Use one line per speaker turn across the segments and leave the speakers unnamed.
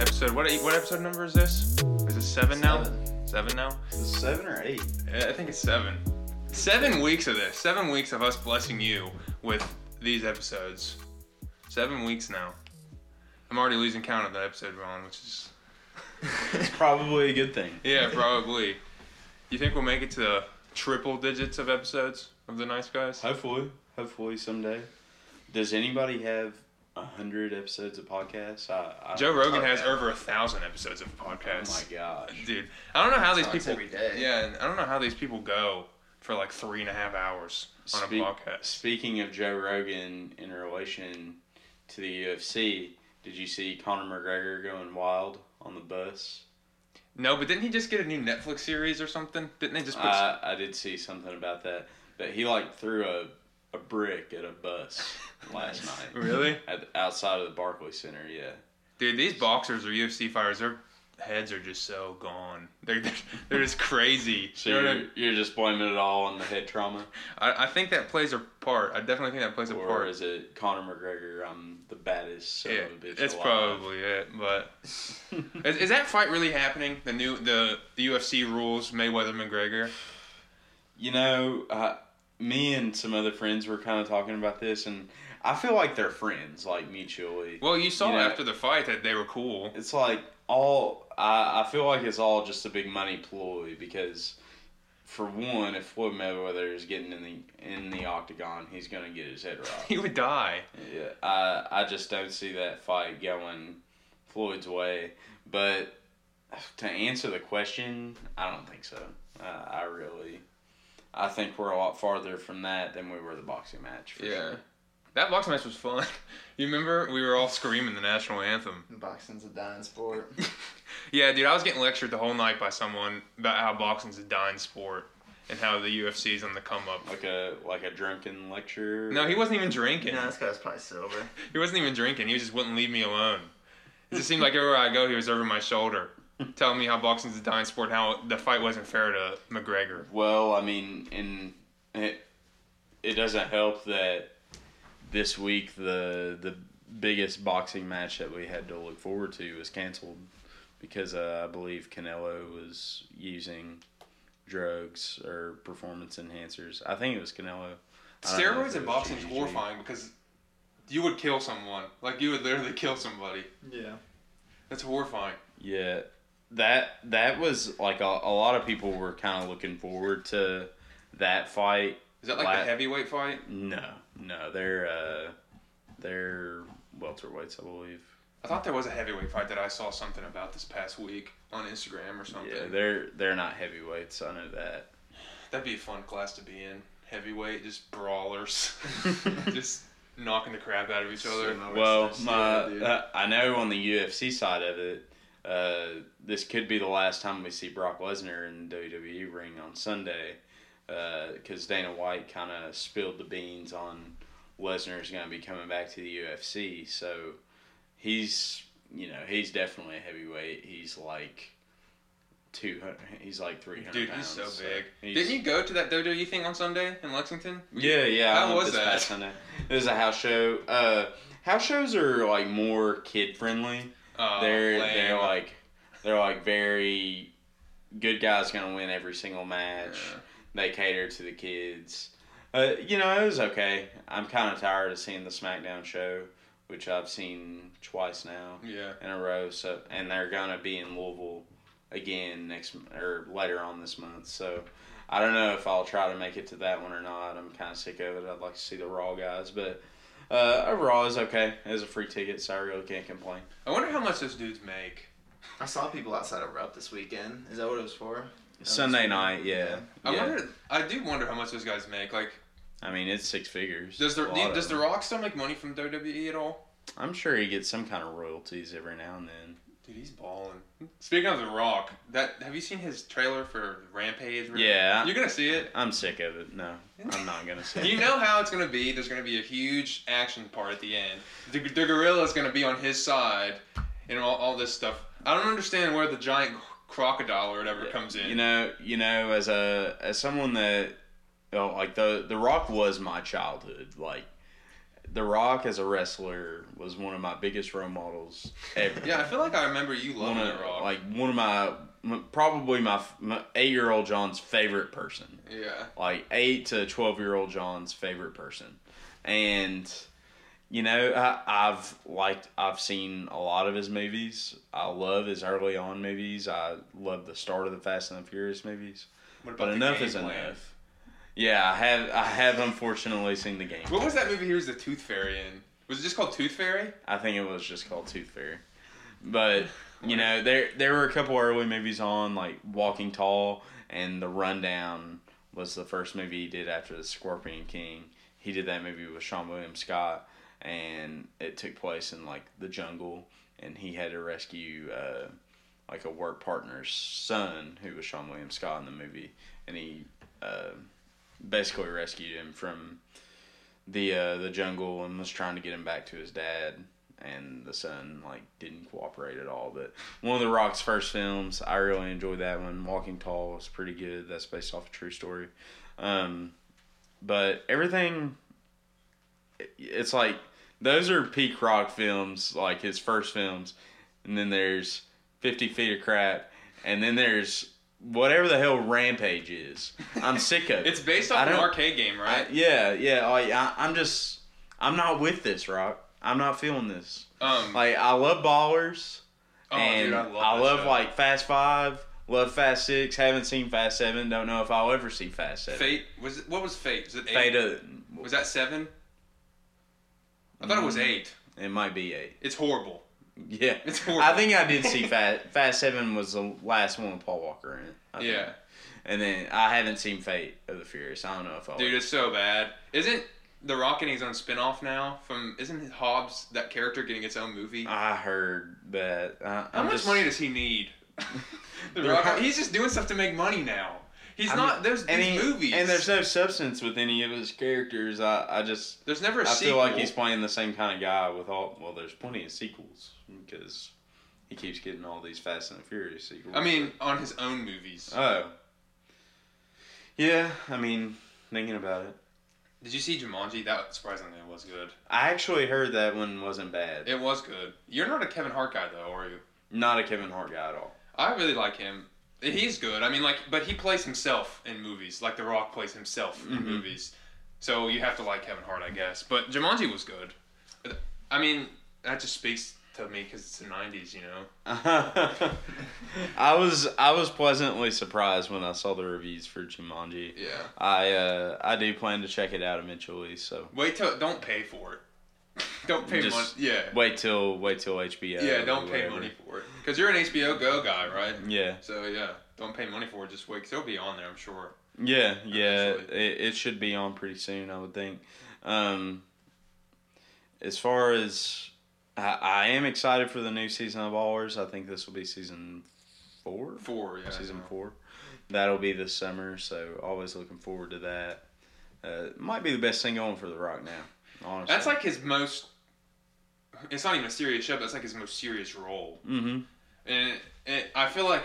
eight? What episode number is this? Is it seven, now?
Seven.
Seven now?
Is it seven or eight?
Yeah, I think it's seven. Seven weeks of this. Seven weeks of us blessing you with these episodes. Seven weeks now. I'm already losing count of that episode we're on, which is
It's probably a good thing.
yeah, probably. You think we'll make it to triple digits of episodes of the Nice Guys?
Hopefully, hopefully someday. Does anybody have a hundred episodes of podcasts? I, I,
Joe Rogan has
Okay.
over a thousand episodes of
Oh
podcasts.
my gosh!
Dude, I don't know how these
Talks
people.
every day.
Yeah, and I don't know how these people go for like three and a half hours on
Speak-
a podcast.
Speaking of Joe Rogan in relation to the UFC, did you see Conor McGregor going wild on the bus?
No, but didn't he just get a new Netflix series or something? Didn't they just put?
I, I did see something about that, but he like threw a a brick at a bus last
Nice.
night
really,
at, outside of the Barclays Center. Yeah.
dude? These boxers or UFC fighters, their heads are just so gone. They're they're, they're just crazy.
So
You know what I
you're, you're just blaming it all on the head trauma,
I, I think that plays a part. I definitely think that plays a
or
part.
is it Conor McGregor? I'm the baddest son
yeah,
of a bitch.
that's
alive.
probably it. But is, is that fight really happening? The new the, the UFC rules Mayweather McGregor.
you know, I, me and some other friends were kind of talking about this, and I feel like they're friends, like mutually.
Well, you saw
You know-
after the fight that they were cool.
It's like all I, I feel like it's all just a big money ploy because, for one, if Floyd Mayweather is getting in the in the octagon, he's gonna get his head robbed.
He would die.
Yeah, I I just don't see that fight going Floyd's way. But to answer the question, I don't think so. Uh, I really, I think we're a lot farther from that than we were the boxing match. For
Yeah.
sure.
That boxing match was fun. You remember we were all screaming the national anthem.
Boxing's a dying sport.
Yeah, dude, I was getting lectured the whole night by someone about how boxing's a dying sport and how the UFC's on the come up.
like a like a drunken lecture.
No, he wasn't even drinking.
no, this guy's probably sober.
He wasn't even drinking. He just wouldn't leave me alone. It just seemed like everywhere I go, he was over my shoulder, telling me how boxing's a dying sport, and how the fight wasn't fair to McGregor.
Well, I mean, and it it doesn't help that this week the the biggest boxing match that we had to look forward to was canceled because uh, I believe Canelo was using drugs or performance enhancers. I think it was Canelo. I don't know
Steroids
if it
in
was
boxing is
GGG.
horrifying because you would kill someone. Like you would literally kill somebody.
Yeah.
That's horrifying.
Yeah, that that was like a, a lot of people were kind of looking forward to that fight
Is that like
Why-
the heavyweight fight?
No, no, they're uh, they're welterweights, I believe.
I thought there was a heavyweight fight that I saw something about this past week on Instagram or something.
Yeah, they're they're not heavyweights. I know that.
That'd be a fun class to be in. Heavyweight, just brawlers, just knocking the crap out of each other.
Sumo
well,
wrestlers,
my
yeah, dude.
uh, I know on the UFC side of it, uh, this could be the last time we see Brock Lesnar in the WWE ring on Sunday, because Dana White kind of spilled the beans on Lesnar's going to be coming back to the UFC. So he's you know he's definitely a heavyweight. He's like. 200 he's like 300
Dude, he's
pounds,
so
so
big.
he's-
Didn't you go to that WWE thing on Sunday in Lexington?
Yeah, yeah.
How
I went
was
this
that?
past Sunday. It was a house show. Uh, house shows are like more kid friendly.
Uh,
they're
lame.
they're like they're like very good guys gonna win every single match.
Yeah.
They cater to the kids. Uh, you know, it was okay. I'm kind of tired of seeing the SmackDown show, which I've seen twice now
yeah.
in a row. So, and they're gonna be in Louisville again next m- or later on this month. So, I don't know if I'll try to make it to that one or not. I'm kind of sick of it. I'd like to see the Raw guys, but uh, overall, it's okay. It's a free ticket, so I really can't complain.
I wonder how much those dudes make.
I saw people outside of Rupp this weekend. Is that what it was for?
Sunday night, yeah.
I
yeah.
wonder. I do wonder how much those guys make. Like,
I mean, it's six figures.
does the
A lot
does
of
the
them.
Rock still make money from WWE at all?
I'm sure he gets some kind of royalties every now and then.
Dude, he's balling. Speaking of The Rock, that have you seen his trailer for Rampage?
Yeah.
You're gonna see it.
I'm sick of it. No, I'm not gonna say.
You
it.
know how it's gonna be. There's gonna be a huge action part at the end. The, the gorilla's gonna be on his side, and all, all this stuff. I don't understand where the giant crocodile or whatever comes in.
You know, you know, as a as someone that, oh, like the the Rock was my childhood. Like The Rock as a wrestler was one of my biggest role models ever.
Yeah, I feel like I remember you
one
loving
of
The Rock.
like one of my m- probably my, my eight year old John's favorite person.
yeah.
like eight to twelve year old John's favorite person, and you know I, I've liked I've seen a lot of his movies. I love his early on movies. I love the start of the Fast and the Furious movies.
What about
But
the
enough
game
is
plan?
enough. Yeah, I have I have unfortunately seen the game.
What was that movie he was the Tooth Fairy in? Was it just called Tooth Fairy?
I think it was just called Tooth Fairy. But you know, there there were a couple early movies on like Walking Tall and The Rundown was the first movie he did after The Scorpion King. He did that movie with Sean William Scott, and it took place in like the jungle, and he had to rescue uh, like a work partner's son who was Sean William Scott in the movie, and he uh, basically rescued him from the uh, the jungle and was trying to get him back to his dad and the son like didn't cooperate at all but one of the rock's first films i really enjoyed that one walking tall was pretty good that's based off a true story um, but everything it- it's like those are peak rock films like his first films and then there's 50 feet of crap and then there's whatever the hell rampage is i'm sick of it
It's based
I
off an
don't-
arcade game, right?
I- yeah, yeah. Like I, I'm just, I'm not with this, Rock. I'm not feeling this.
um,
Like I love ballers,
oh,
and
dude, I love, that show.
like Fast Five, love Fast Six. Haven't seen Fast Seven. Don't know if I'll ever see Fast Seven.
Fate. Was it, what was Fate? Was it eight?
Fate.
Was that seven? I thought it was
Mm.
eight.
It might be eight.
It's horrible.
Yeah,
It's horrible.
I think I did see Fast Fast Seven was the last one with Paul Walker in. It, I think.
Yeah,
and then I haven't seen Fate of the Furious. I don't know if I'll.
dude, it's so bad. Isn't The Rock getting his own spin-off now? From isn't Hobbs that character getting its own movie?
I heard that. I,
How
I'm
much
just,
money does he need? the
The
Rock,
Rock-
he's just doing stuff to make money now. He's
I'm-
not. There's
and
these
he-
movies,
And there's no substance with any of his characters. I, I just
there's never a
I
sequel.
feel like he's playing the same kind of guy with all. Well, there's plenty of sequels because he keeps getting all these Fast and the Furious sequels.
I mean, on his own movies.
oh, yeah. I mean, thinking about it,
Did you see Jumanji? That surprisingly was good.
I actually heard that one wasn't bad.
It was good. You're not a Kevin Hart guy though, are you?
Not a Kevin Hart guy at all.
I really like him. He's good. I mean, like, but he plays himself in movies, like The Rock plays himself in
Mhm.
movies. So you have to like Kevin Hart, I guess. But Jumanji was good. I mean, that just speaks to me because it's the '90s, you know.
I was I was pleasantly surprised when I saw the reviews for Jumanji.
Yeah.
I uh, I do plan to check it out eventually. So
Wait till don't pay for it. don't pay money.
Just-
Yeah.
Wait till wait till HBO.
yeah.
or
Don't pay
whatever.
money for it because you're an HBO Go guy, right?
Yeah,
So yeah, don't pay money for it. Just wait. 'cause it'll be on there, I'm sure.
yeah, yeah.
Eventually.
It, it should be on pretty soon, I would think. Um, as far as I, I am excited for the new season of Allers. I think this will be season four.
Four. Yeah.
season
no.
four. That'll be this summer, so always looking forward to that. Uh, might be the best thing going for The Rock now. Honestly,
That's like his most. It's not even a serious show, but it's like his most serious role.
hmm
And it, I feel like,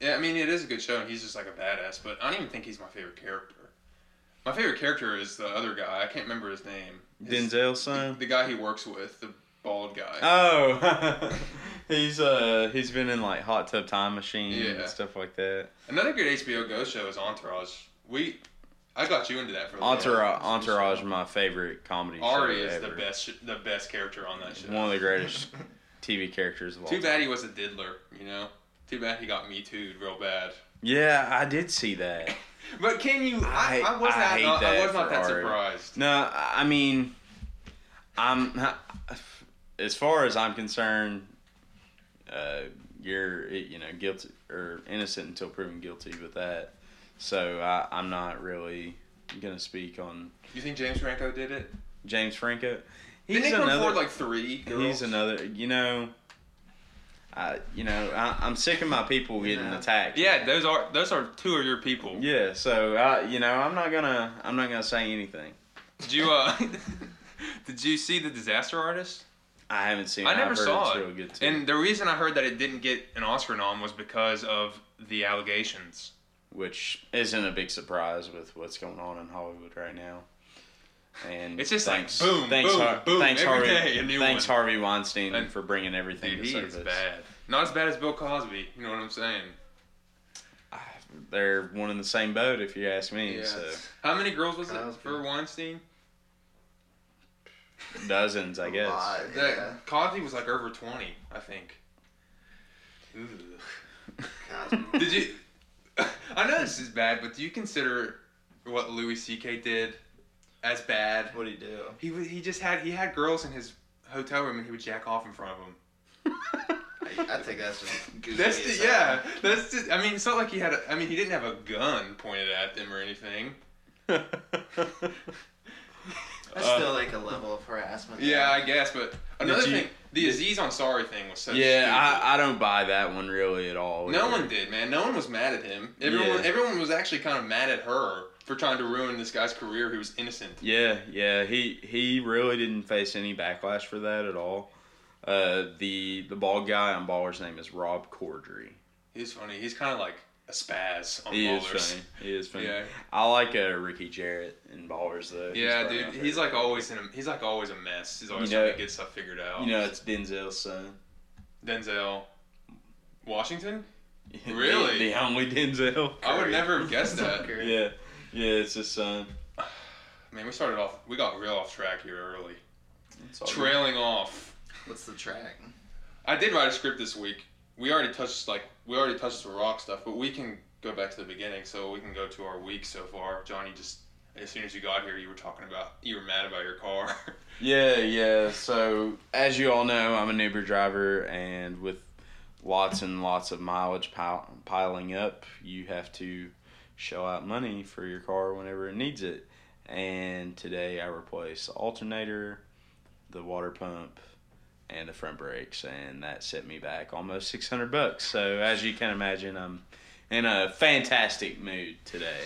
yeah, I mean, it is a good show, and he's just like a badass. But I don't even think he's my favorite character. My favorite character is the other guy. I can't remember his name. His-
Denzel's son.
The guy he works with, the bald guy.
Ah. Oh, he's uh he's been in like Hot Tub Time Machine
Yeah.
and stuff like that.
Another good HBO Go show is Entourage. We, I got you into that for a little
Entourage,
bit.
Entourage, my favorite comedy.
Ari
show
is
ever.
the best, sh- the best character on that show.
One of the greatest TV characters of all.
Too
time.
bad he was a diddler. You know. Too bad he got me too real bad.
Yeah, I did see that.
But can you? I,
I-
I was
I
not.
hate
not- I
that
was not
for
that
Ari.
surprised.
No, I mean, I'm as far as I'm concerned. Uh, you're you know guilty or innocent until proven guilty with that. So I, I'm not really gonna speak on
You think James Franco did it?
James Franco.
Didn't he come forward like three? Girls?
He's another. You know, I you know I, I'm sick of my people getting
Yeah.
attacked.
Yeah, those are those are two of your people.
Yeah. So I you know I'm not gonna I'm not gonna say anything.
Did you uh, did you see the Disaster Artist?
I haven't seen.
I
it.
never
I've heard
saw
it's
it.
Real good too.
And the reason I heard that it didn't get an Oscar nom was because of the allegations.
which isn't a big surprise with what's going on in Hollywood right now. And
It's just like
thanks,
boom,
thanks,
boom,
Har-
boom,
thanks
every
Harvey,
day a new
thanks
one.
Harvey Weinstein
And-
for bringing everything
Dude,
to
he is
surface.
bad. Not as bad as Bill Cosby. You know what I'm saying?
They're one in the same boat, if you ask me.
Yeah.
So
How many girls was
Kyle's
it for
good.
Weinstein?
dozens, I guess.
Lot,
That
yeah.
Cosby was like over 20, I think.
Cosby.
Did you? I know this is bad, but do you consider what Louis C.K. did as bad?
What'd he do?
He wa- he just had he had girls in his hotel room and he would jack off in front of them.
I, I think that's just goofy.
That's
as
the,
hell.
yeah. That's the, I mean, it's not like he had. A, I mean, he didn't have a gun pointed at them or anything.
That's
Uh,
still like a level of harassment.
Yeah, I guess. But another
you-
thing, the Aziz Ansari thing was so
yeah,
stupid.
I, I don't buy that one really at all.
no
either.
one did, man. No one was mad at him. Everyone,
Yeah.
everyone was actually kind of mad at her for trying to ruin this guy's career who was innocent.
Yeah, yeah, he he really didn't face any backlash for that at all. Uh, the the bald guy on Baller's name is Rob Corddry.
He's funny. He's kind of like a spaz on
He is
ballers.
funny. He is funny.
Yeah,
I like uh, Ricky Jarrett in Ballers though. He's
yeah,
probably my
dude.
favorite.
He's like always in. A, he's like always a mess. He's always
You
trying
know-
to get stuff figured out.
you know it's Denzel's son.
Denzel Washington. Really?
the, the only Denzel.
I would
Curry.
never have guessed that.
Yeah, yeah, it's his son.
Man, we started off. We got real off track here early.
It's all good.
Trailing off.
What's the track?
I did write a script this week. We already touched like we already touched the rock stuff, but we can go back to the beginning. So we can go to our week so far. Johnny just as soon as you got here, you were talking about you were mad about your car.
Yeah, yeah. So, as you all know, I'm an Uber driver, and with lots and lots of mileage pil- piling up, you have to shell out money for your car whenever it needs it. And today I replaced the alternator, the water pump, and the front brakes, and that set me back almost 600 bucks. So, as you can imagine, I'm in a fantastic mood today.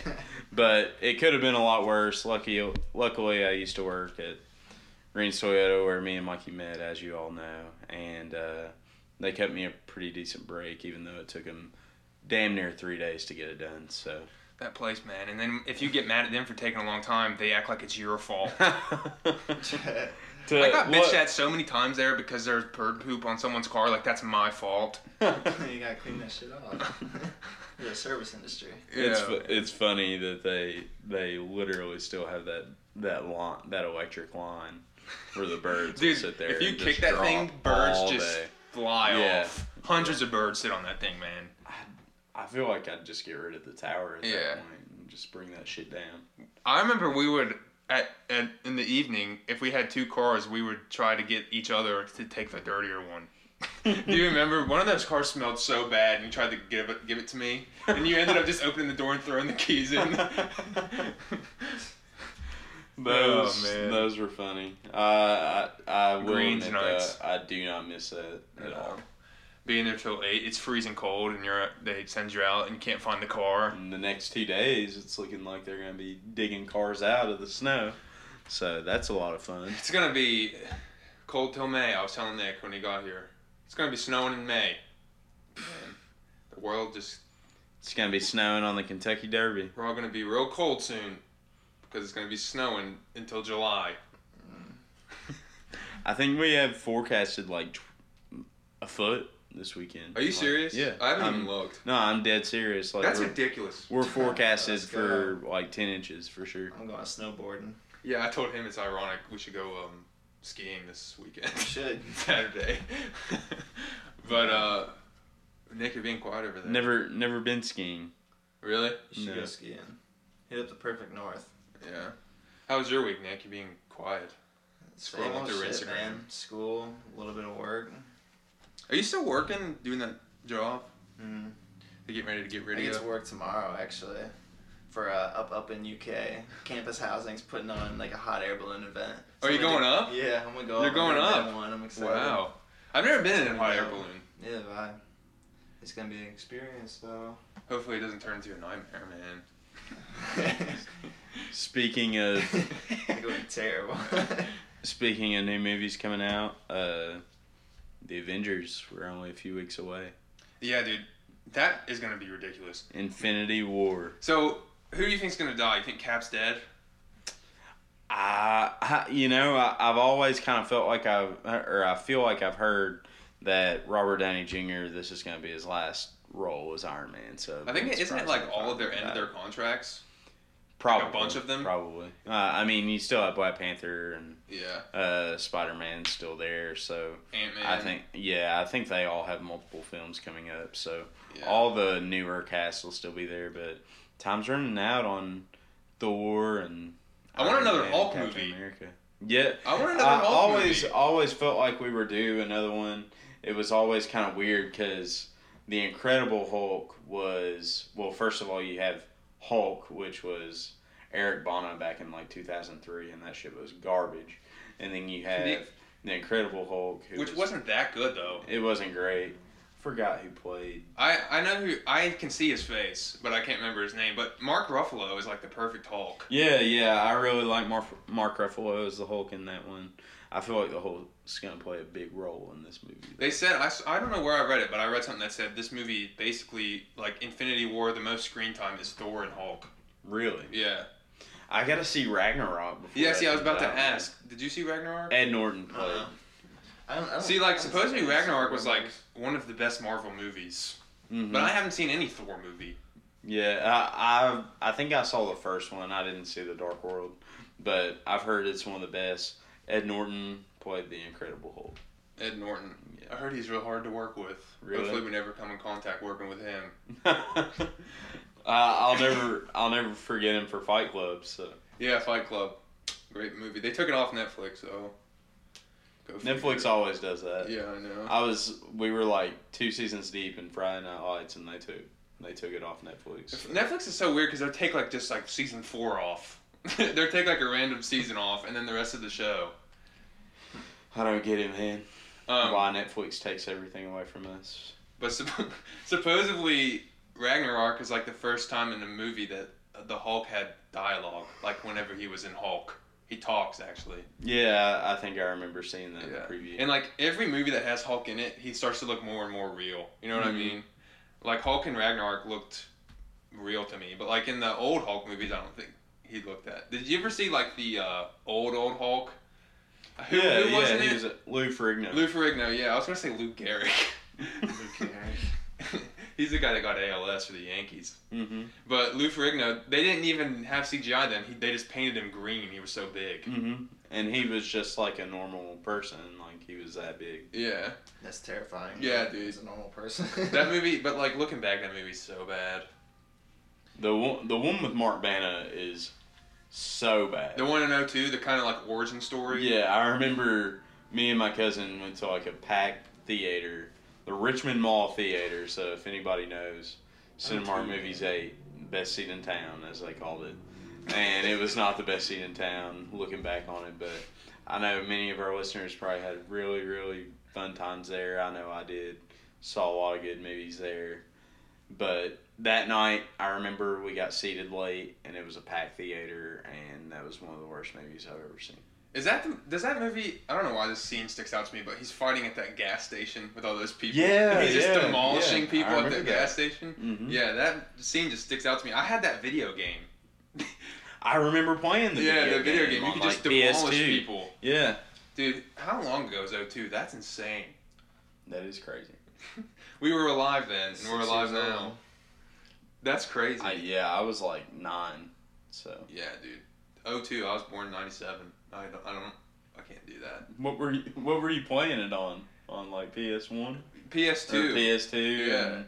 but it could have been a lot worse. Lucky, luckily, I used to work at Green's Toyota, where me and Mikey met, as you all know, and uh, they kept me a pretty decent break, even though it took them damn near three days to get it done. So,
that place, man. And then if you get mad at them for taking a long time, they act like it's your fault. I got bitched at so many times there because there's bird poop on someone's car. Like that's my fault.
you gotta clean that shit off. You're a service industry.
It's fu- it's funny that they they literally still have that that line that electric line where the birds will
Dude,
sit there.
if you
and
kick
just
that
drop
thing, birds
all
just
day.
fly
Yeah.
off. Hundreds of birds sit on that thing, man.
I feel like I'd just get rid of the tower at
Yeah.
that point and just bring that shit down.
I remember we would at, at in the evening if we had two cars, we would try to get each other to take the dirtier one. Do you remember one of those cars smelled so bad and you tried to give it give it to me and you ended up just opening the door and throwing the keys in.
Those,
Oh, man.
those were funny. Uh, I, I will
Greens
admit, uh,
nights.
I do not miss that at all.
Being there till eight, it's freezing cold and you're they send you out and you can't find the car.
In the next two days, it's looking like they're going to be digging cars out of the snow. So that's a lot of fun.
It's gonna be cold till May. I was telling Nick when he got here. It's gonna be snowing in May. Man, the world just
It's going to be snowing on the Kentucky Derby.
we're all gonna be real cold soon because it's gonna be snowing until July.
Mm. I think we have forecasted like tw- a foot this weekend.
Are you
Like,
serious?
Yeah.
I haven't
I'm-
even looked.
No, I'm dead serious. Like
That's
we're,
ridiculous.
we're forecasted
Let's
for like 10 inches for sure.
I'm going snowboarding.
Yeah, I told him it's ironic. We should go um, skiing this weekend,
You should.
Saturday. but uh, Nick, you're being quiet over there.
Never never been skiing.
Really?
You should
No.
go skiing. Hit up the perfect north.
Yeah. How was your week, Nick? You're being quiet. Scrolling
Same old
through
shit,
Instagram.
man. School, a little bit of work.
Are you still working, doing that job?
Mm.
To get ready to get
I
rid of
get
you?
to work tomorrow actually, for uh, up up in UK. Campus Housing's putting on like a hot air balloon event.
Are you
I'm gonna
Oh, going
do- Yeah, I'm gonna go.
You're
up.
going
I've never
up?
been One. I'm excited.
Wow. I've never been in a hot air balloon.
Yeah, bye. It's gonna be an experience though.
Hopefully it doesn't turn into a nightmare, man.
Speaking of
It's gonna be terrible.
Speaking of new movies coming out, uh, the Avengers were only a few weeks away.
Yeah, dude, that is gonna be ridiculous.
Infinity War.
So, who do you think's gonna die? You think Cap's dead?
I, I you know, I, I've always kind of felt like I've, or I feel like I've heard that Robert Downey Jr., this is going to be his last role as Iron Man. So
I think
it's
isn't it
surprising
like
if
all
I
of their
heard
end of
that.
their contracts?
probably,
a bunch of them?
Probably. Uh, I mean, you still have Black Panther and
Yeah,
uh, Spider Man still there. So
Ant Man.
I think, yeah, I think they all have multiple films coming up. So
yeah.
all the newer casts will still be there, but time's running out on Thor and
I want
Iron
another
Man,
Hulk
Captain
movie.
America. Yeah,
I want another
I
Hulk
always
movie.
always felt like we were due another one. It was always kind of weird because the Incredible Hulk was well. First of all, you have Hulk, which was Eric Bana back in like 2003, and that shit was garbage. And then you have
The-
the Incredible Hulk, who
which
was-
wasn't that good though.
it wasn't great. Forgot who played.
I I know who I can see his face, but I can't remember his name. But Mark Ruffalo is like the perfect Hulk.
Yeah, yeah, I really like Mark, Mark Ruffalo as the Hulk in that one. I feel like the Hulk's gonna play a big role in this movie.
They said I, s- I don't know where I read it, but I read something that said this movie basically like Infinity War the most screen time is Thor and Hulk.
Really,
Yeah.
I gotta see Ragnarok. Before
Yeah. See, I was
comes
about to
out.
ask. Did you see Ragnarok?
Ed Norton played.
Uh-huh. I don't, I don't,
See, like
I don't
supposedly
think it's-
Ragnarok was like one of the best Marvel movies,
Mhm.
but I haven't seen any Thor movie.
yeah, I, I I think I saw the first one. I didn't see the Dark World, but I've heard it's one of the best. Ed Norton played the Incredible Hulk.
Ed Norton.
Yeah.
I heard he's real hard to work with.
Really?
Hopefully, we never come in contact working with him.
uh, I'll never I'll never forget him for Fight Club. So
Yeah, Fight Club. Great movie. They took it off Netflix, so. Go figure.
Netflix always does that.
Yeah, I know.
I was we were like two seasons deep in Friday Night Lights, and they took they took it off Netflix.
If- Netflix is so weird because they'll take like just like season four off. they'll take like a random season off and then the rest of the show.
I don't get it, man.
Um,
Why Netflix takes everything away from us?
But supp- supposedly Ragnarok is like the first time in the movie that the Hulk had dialogue. Like whenever he was in Hulk, he talks actually.
Yeah, I think I remember seeing that in the
Yeah.
preview.
And like every movie that has Hulk in it, he starts to look more and more real. You know what
Mhm.
I mean? Like Hulk and Ragnarok looked real to me, but like in the old Hulk movies, I don't think he looked that. Did you ever see like the uh, old old Hulk? Who,
yeah,
who was
yeah,
in
he
it?
was uh, Lou Ferrigno.
Lou Ferrigno. Yeah, I was gonna say Luke Gehrig.
Luke Gehrig.
He's the guy that got ALS for the Yankees.
mm-hmm.
But Lou Ferrigno, they didn't even have CGI then. He, they just painted him green. He was so big.
Mm-hmm. And he was just like a normal person, like he was that big.
Yeah,
That's terrifying.
Yeah, dude.
He's a normal person.
that movie. But like looking back, that movie's so bad.
The one, the one with Mark Bana is so bad.
The one in 02, the kind of like origin story.
Yeah, I remember me and my cousin went to like a packed theater, the Richmond Mall Theater. So if anybody knows, Cinemark
too.
Movies Eight, best seat in town, as they called it, and it was not the best seat in town. Looking back on it, but I know many of our listeners probably had really really fun times there. I know I did. Saw a lot of good movies there, but that night I remember we got seated late and it was a packed theater, and that was one of the worst movies I've ever seen.
Is that the, does that movie? I don't know why this scene sticks out to me, but he's fighting at that gas station with all those people.
Yeah,
And he's just
yeah,
demolishing
yeah. I
people at the
remember
gas station.
Mm-hmm.
Yeah, that scene just sticks out to me. I had that video game.
I remember playing the
yeah,
video
the video game.
game.
You
on,
could just
like,
demolish
PS2.
people,
Yeah,
dude. How long ago is 02? That's insane.
that is crazy.
We were alive then, and
Six
we're alive
years
now.
old.
That's crazy.
I, yeah, I was like nine, so
yeah, dude. 02. I was born in 97. I don't. I don't. I can't do that.
what were you, what were you playing it on? On like PS One,
PS2.
PS2.
Yeah.
and-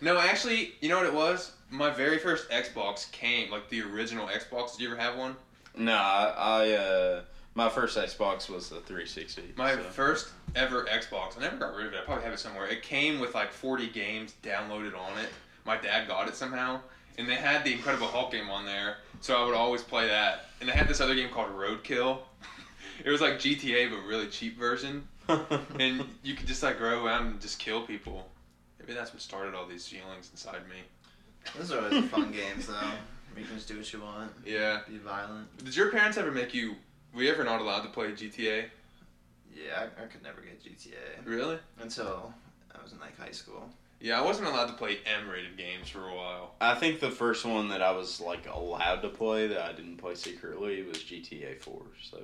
No, actually, you know what it was? My very first Xbox came, like the original Xbox. Did you ever have one?
no, I, I uh, my first Xbox was the 360.
My
so-
first ever Xbox. I never got rid of it. I probably have it somewhere. It came with like 40 games downloaded on it. My dad got it somehow. And they had the Incredible Hulk game on there, so I would always play that. And they had this other game called Roadkill. it was like GTA, but really cheap version. And you could just like go around and just kill people. Maybe that's what started all these feelings inside me.
Those are always the fun games, though. You can just do what you want.
Yeah.
Be violent.
Did your parents ever make you? Were you ever not allowed to play GTA?
Yeah, I, I could never get GTA
Really?
until I was in like high school.
Yeah, I wasn't allowed to play M-rated games for a while.
I think the first one that I was like allowed to play that I didn't play secretly was GTA Four. So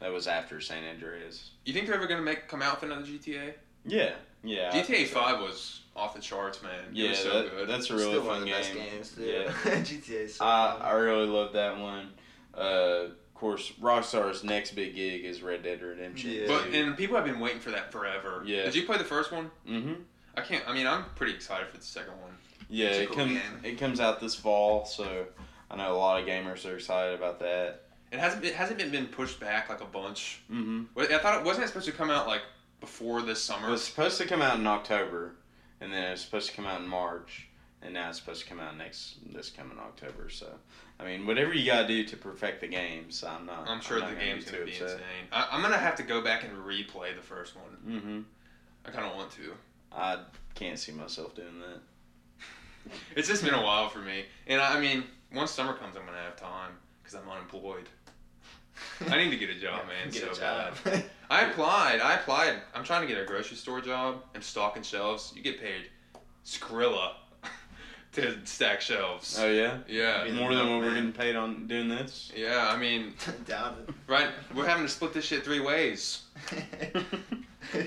that was after San Andreas.
You think they're ever gonna make come out with another GTA?
Yeah, yeah. I
GTA
think so.
Five was off the charts, man. It
Yeah,
was so
that-
good.
that's a really
Still
fun
one of the
game.
best games, dude.
Yeah.
GTA. So
I
Uh,
fun.
I really love that one. Uh, of course, Rockstar's next big gig is Red Dead Redemption.
Yeah.
but and people have been waiting for that forever.
Yeah.
Did you play the first one?
hmm
I can't. I mean, I'm pretty excited for the second one.
yeah,
It's a
it
cool
comes
game.
it comes out this fall, so I know a lot of gamers are excited about that.
It hasn't it hasn't been- been pushed back like a bunch.
Mm-hmm.
But I thought it wasn't it supposed to come out like before this
It
summer.
was supposed to come out in October, and then it was supposed to come out in March, and now it's supposed to come out next this coming October. So, I mean, whatever you gotta do to perfect the game. So I'm not.
I'm sure
not
the
gonna
game's gonna be insane. I, I'm gonna have to go back and replay the first one.
Mm-hmm.
I kind of want to.
I can't see myself doing that.
It's just been a while for me, and I, I mean, once summer comes, I'm gonna have time because I'm unemployed. I need to get a job, man.
Get
so
a job.
bad. I applied. I applied. I'm trying to get a grocery store job. I'm stocking shelves. You get paid, Skrilla, to stack shelves.
Oh yeah.
yeah.
Yeah.
More than what we're getting paid on doing this.
Yeah, I mean,
Doubt it.
right, we're having to split this shit three ways.
Mm-hmm.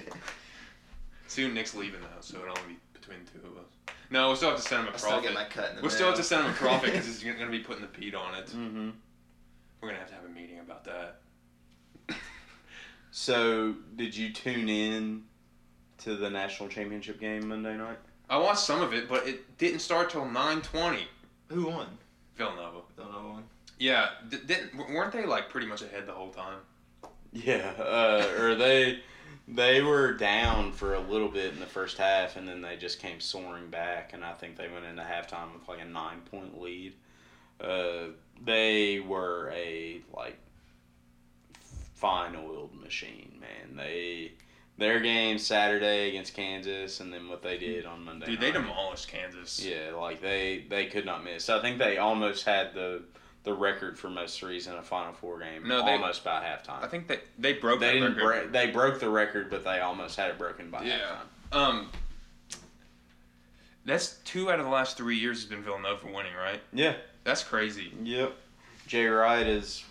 Soon Nick's leaving though, so it'll only be between the two of us. No, we'll still have to send him a
I
profit.
still get my cut in the
we'll still have to
mail.
send him a profit because he's gonna be putting the peat on it.
mm-hmm.
We're gonna have to have a meeting about that.
So, did you tune in to the national championship game Monday night?
I watched some of it, but it didn't start till nine twenty.
Who won?
Villanova.
Don't know who won.
Yeah, d- didn't w- weren't they like pretty much ahead the whole time?
Yeah, uh, or they they were down for a little bit in the first half, and then they just came soaring back, and I think they went into halftime with like a nine point lead. Uh, they were a like fine oiled machine, man. They their game Saturday against Kansas, and then what they did on Monday.
Dude, they
night.
demolished Kansas.
Yeah, like they they could not miss. I think they almost had the the record for most threes in a Final Four game.
No, they-
almost by halftime.
I think they they broke
They
that
didn't
record.
break. They broke the record, but they almost had it broken by
Yeah.
halftime.
um, that's two out of the last three years has been Villanova winning, right?
Yeah.
That's crazy.
Yep. Jay Wright is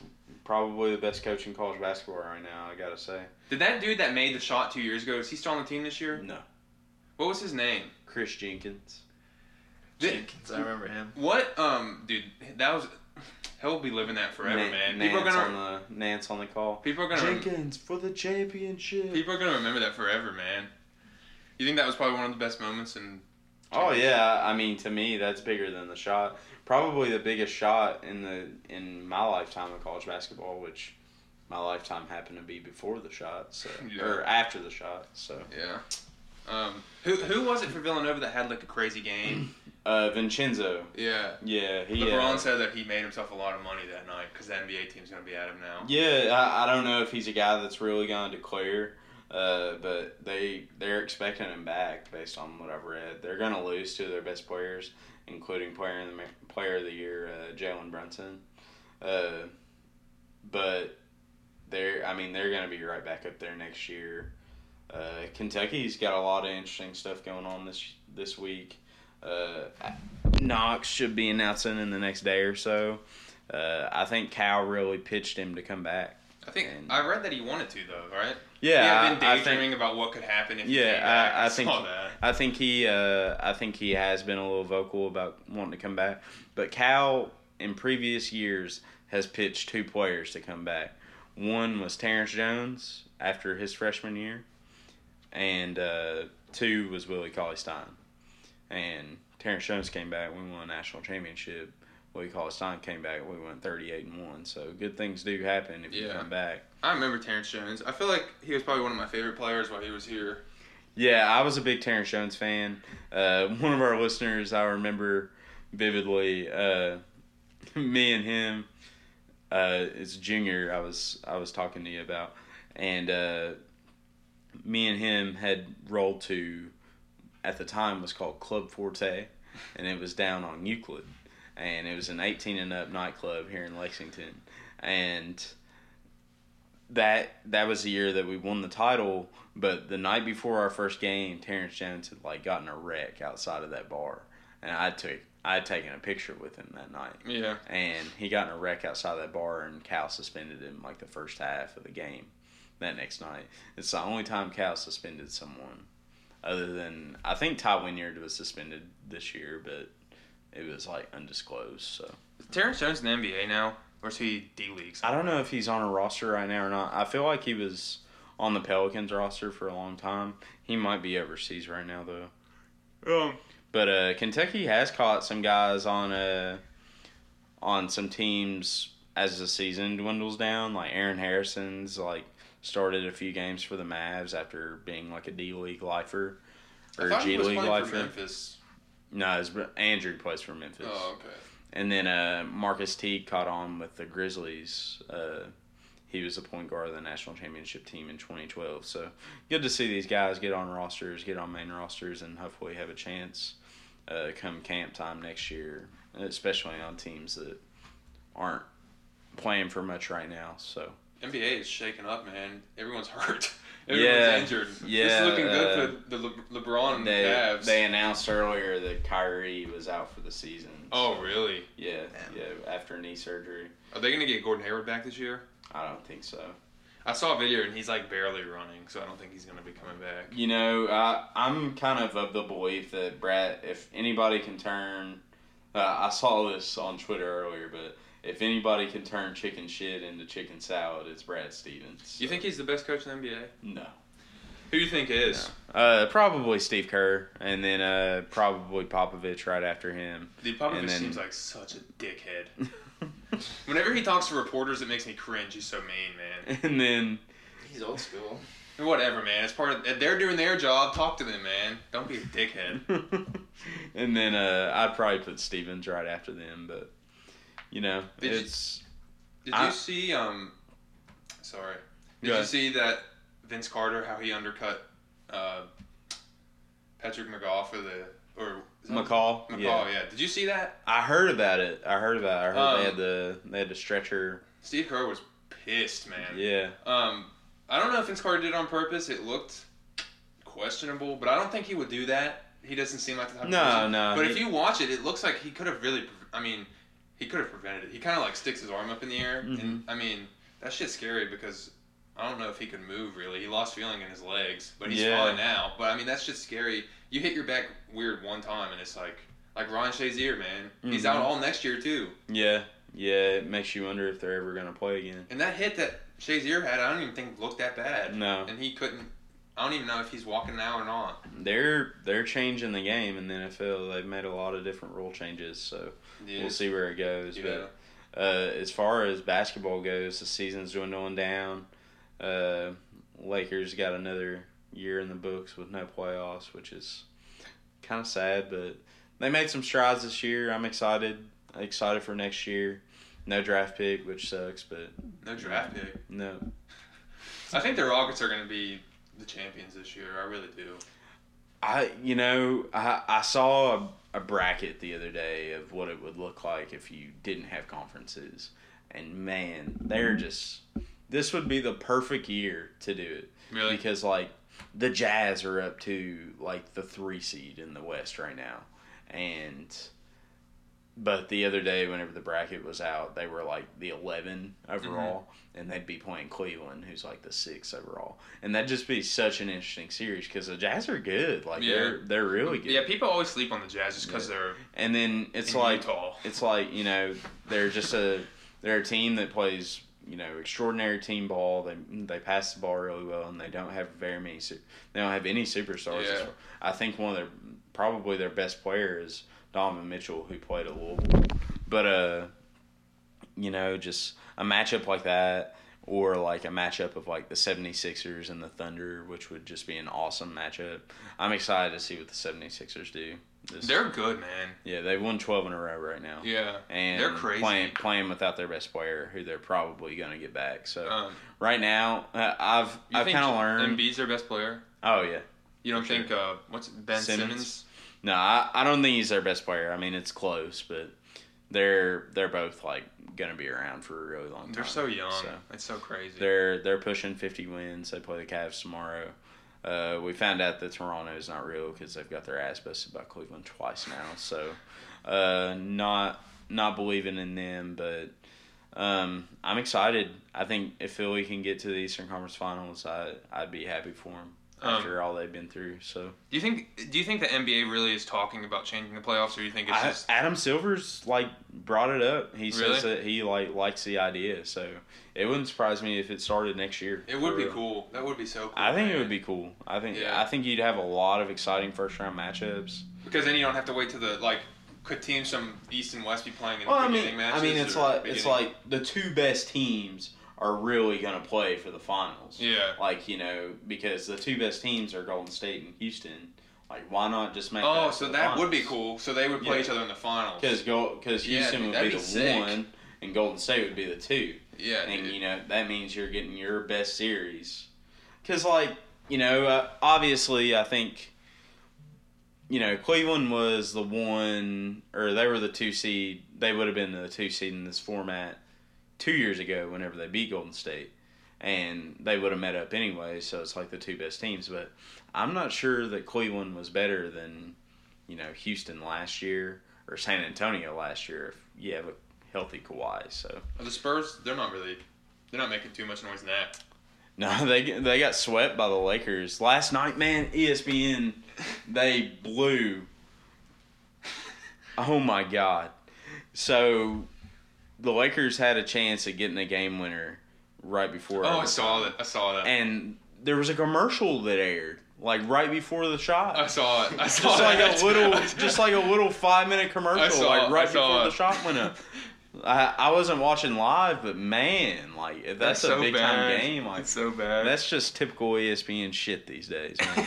probably the best coach in college basketball right now. I gotta say.
Did that dude that made the shot two years ago? Is he still on the team this year?
No.
What was his name?
Chris Jenkins.
Th-
Jenkins, I remember him.
What? Um, dude, that was. He'll be living that forever,
Na-
man.
Nance
People are gonna.
on the Nance on the call.
people are gonna. rem-
Jenkins for the championship.
People are gonna remember that forever, man. You think that was probably one of the best moments in
Oh yeah, I mean to me that's bigger than the shot. Probably the biggest shot in the in my lifetime of college basketball, which my lifetime happened to be before the shot, so
Yeah.
or after the shot. So
yeah. Um, who who was it for Villanova that had like a crazy game?
uh, Vincenzo,
yeah.
yeah, he. uh,
LeBron said that he made himself a lot of money that night because the NBA team's gonna be at him now.
Yeah, I, I don't know if he's a guy that's really going to declare, uh, but they they're expecting him back based on what I've read. They're going to lose two of their best players, including player in the ma- player of the year uh, Jalen Brunson, uh, but they're I mean they're going to be right back up there next year. Uh, Kentucky's got a lot of interesting stuff going on this this week. Uh, Knox should be announcing in the next day or so. Uh, I think Cal really pitched him to come back.
I think
And-
I read that he wanted to though, right?
Yeah,
I've been
I, I think
daydreaming about what could happen if he
Yeah,
came back.
I- I think-
saw that.
I think he uh, I think he has been a little vocal about wanting to come back. But Cal in previous years has pitched two players to come back. One was Terrence Jones after his freshman year, and uh, two was Willie Cauley Stein. And Terrence Jones came back. We won a national championship. Willie Cauley Stein came back. We went thirty eight and one. So good things do happen if you
Yeah.
come back.
I remember Terrence Jones. I feel like he was probably one of my favorite players while he was here.
Yeah, I was a big Terrence Jones fan. Uh, one of our listeners, I remember vividly. Uh, me and him, uh, it's Junior. I was I was talking to you about, and uh, me and him had rolled to, at the time was called Club Forte, and it was down on Euclid, and it was an eighteen and up nightclub here in Lexington, and that that was the year that we won the title. But the night before our first game, Terrence Jones had like gotten a wreck outside of that bar, and I took I had taken a picture with him that night,
Yeah.
and he got in a wreck outside of that bar, and Cal suspended him like the first half of the game. That next night, it's the only time Cal suspended someone, other than I think Ty Winyard was suspended this year, but it was like undisclosed. So.
Is Terrence Jones in the NBA now, or is he D leagues?
I don't know if he's on a roster right now or not. I feel like he was on the Pelicans roster for a long time. He might be overseas right now though.
Um,
But uh, Kentucky has caught some guys on uh, on some teams as the season dwindles down. Like Aaron Harrison's like started a few games for the Mavs after being like a D League lifer
I
or
thought he
G
was
League
playing for
lifer.
Memphis.
No, it's Andrew plays for Memphis.
Oh, okay.
And then uh, Marcus Teague caught on with the Grizzlies. Uh, he was the point guard of the national championship team in 2012. So good to see these guys get on rosters, get on main rosters, and hopefully have a chance uh, come camp time next year, especially on teams that aren't playing for much right now. So
NBA is shaking up, man. Everyone's hurt.
Yeah.
Everyone's injured. This
Yeah,
is looking good
uh,
for the Le- LeBron and
they
the Cavs.
they announced earlier that Kyrie was out for the season.
oh, really?
yeah,
Damn.
yeah, after knee surgery.
Are they gonna get Gordon Hayward back this year?
I don't think so.
I saw a video and he's like barely running, so I don't think he's gonna be coming back.
You know, I, I'm kind of of the belief that Brad, if anybody can turn, uh, I saw this on Twitter earlier, but if anybody can turn chicken shit into chicken salad, it's Brad Stevens.
You think he's the best coach in the NBA?
No.
Who do you think is?
Uh, probably Steve Kerr, and then uh, probably Popovich right after him.
Dude, Popovich
And then-
seems like such a dickhead. Whenever he talks to reporters, it makes me cringe. He's so mean, man.
and then
He's old school.
And Whatever, man. It's part of. They're doing their job. Talk to them, man. Don't be a dickhead.
and then uh, I'd probably put Stevens right after them, but you know,
Did you-
it's
Did
I-
you see? Um, sorry. Did
Go
you
ahead.
see that Vince Carter how he undercut uh, Patrick McGaw for the or is that-
McCall.
McCall,
yeah.
yeah. Did you see that?
I heard about it. I heard about. It. I heard
Um,
they had the they had the stretcher.
Steve Kerr was pissed, man.
Yeah,
Um, I don't know if Vince Carter did it on purpose. It looked questionable, but I don't think he would do that. He doesn't seem like the type
No,
of person.
no,
But
he-
if you watch it, it looks like he could have really. pre- I mean, he could have prevented it. He kind of like sticks his arm up in the air, and I mean that shit's scary because I don't know if he could move really. He lost feeling in his legs, but he's
Yeah.
fine now. But I mean that's just scary. You hit your back weird one time, and it's like like Ron Shazier, man. He's
Mhm.
out all next year too.
yeah, yeah. It makes you wonder if they're ever gonna play again.
And that hit that Shazier had, I don't even think looked that bad.
No,
and he couldn't. I don't even know if he's walking now or not.
they're they're changing the game in the NFL. They've made a lot of different rule changes, so we'll see where it goes.
Yeah.
But uh, as far as basketball goes, the season's dwindling down. Uh, Lakers got another year in the books with no playoffs, which is kind of sad, but they made some strides this year. I'm excited. Excited for next year. No draft pick, which sucks, but
No draft pick.
no.
I think the Rockets are going to be the champions this year. I really do.
I you know I I saw a, a bracket the other day of what it would look like if you didn't have conferences, and man, they're just this would be the perfect year to do it
Really?
because like the Jazz are up to like the three seed in the West right now, and but the other day whenever the bracket was out, they were like the eleven overall,
Mm-hmm.
and they'd be playing Cleveland, who's like the six overall, and that'd just be such an interesting series because the Jazz are good, like
Yeah.
they're they're really good,
Yeah, people always sleep on the Jazz just because they're
and then it's
in
like
Utah.
it's like you know they're just a they're a team that plays you know extraordinary team ball. They they pass the ball really well, and they don't have very many. su- They don't have any superstars.
Yeah.
I think one of their probably their best player is Donovan Mitchell, who played at Louisville. But uh, you know, just a matchup like that. Or like a matchup of like the 76ers and the Thunder, which would just be an awesome matchup. I'm excited to see what the 76ers do. This,
They're good, man.
yeah, they've won 12 in a row right now
Yeah.
and
They're crazy.
playing playing without their best player, who they're probably going to get back. So
Um,
right now, uh, I've
you
I've
think
kind of learned.
Embiid's their best player.
oh yeah,
You don't
Sure.
think uh, what's Ben
Simmons?
Simmons?
no, I, I don't think he's their best player. I mean, it's close, but they're they're both like gonna be around for a really long time.
They're so young.
So.
It's so crazy.
They're they're pushing 50 wins. They play the Cavs tomorrow. Uh, we found out that Toronto is not real because they've got their ass busted by Cleveland twice now. So, uh, not not believing in them, but um, I'm excited. I think if Philly can get to the Eastern Conference Finals, I I'd be happy for them
Um,
after all they've been through. So,
do you think do you think the NBA really is talking about changing the playoffs or do you think it's
I-
just
Adam Silver's like brought it up. He
Really?
says that he like likes the idea. So, it wouldn't surprise me if it started next year.
it would
for
be
real.
cool. That would be so cool.
I think it
man.
would be cool. I think
Yeah.
I think you'd have a lot of exciting first round matchups.
because then you don't have to wait to the like could teams from East and West be playing in the beginning matches?
I mean, it's
or
like it's
beginning-
like the two best teams are really gonna play for the finals.
yeah.
Like you know, because the two best teams are Golden State and Houston. Like, why not just make?
Oh, so that would be cool. So they would play
Yeah.
each other in the finals.
Because go because
Yeah,
Houston
dude,
would
that'd
be,
be
the
sick.
one, and Golden State would be the two.
Yeah,
and
dude.
you know that means you're getting your best series because like you know uh, obviously i think you know cleveland was the one or they were the two seed they would have been the two seed in this format two years ago whenever they beat golden state and they would have met up anyway so it's like the two best teams but i'm not sure that cleveland was better than you know houston last year or san antonio last year if you have a healthy Kawhi, so
the Spurs, they're not really, they're not making too much noise in that.
No, they they got swept by the Lakers last night. Man, E ESPN, they blew. Oh my god! So, the Lakers had a chance at getting a game winner right before.
Oh, I
overtime.
saw that. I saw that.
And there was a commercial that aired like right before the shot.
I saw it. I saw
just like
that.
a little, just like a little five minute commercial,
I saw
like
it,
right
I
before
saw
the
it.
shot went up. I, I wasn't watching live, but man, like if that's, a
so
big time
bad.
game. Like
It's so bad.
that's just typical E ESPN shit these days, man.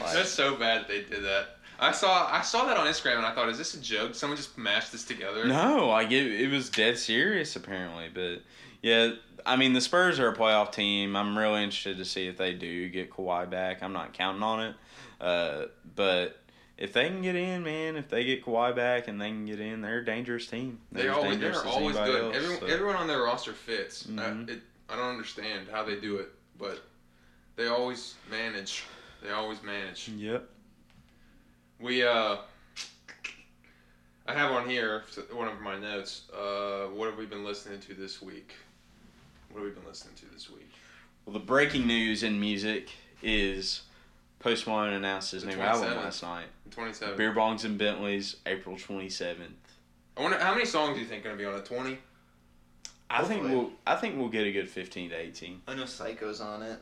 Like-
That's so bad they did that. I saw I saw that on Instagram and I thought, is this a joke? Someone just mashed this together.
no, I get it was dead serious apparently, but yeah, I mean the Spurs are a playoff team. I'm really interested to see if they do get Kawhi back. I'm not counting on it, uh, but if they can get in, man, if they get Kawhi back and they can get in, they're a dangerous team. They're
They're
as
always
dangerous
they're
as
always
anybody
good.
else,
everyone,
so.
everyone on their roster fits.
Mhm.
I, it, I don't understand how they do it, but they always manage. They always manage.
Yep.
We uh, I have on here one of my notes. Uh, what have we been listening to this week? What have we been listening to this week?
Well, the breaking news in music is Post Malone announced his
The
new
27th.
album last night.
Twenty seven.
Beer Bongs and Bentleys, April 27th.
I wonder how many songs do you think are gonna be on it? Twenty.
I think
Hopefully.
we'll I think we'll get a good fifteen to eighteen.
I know Psycho's on it.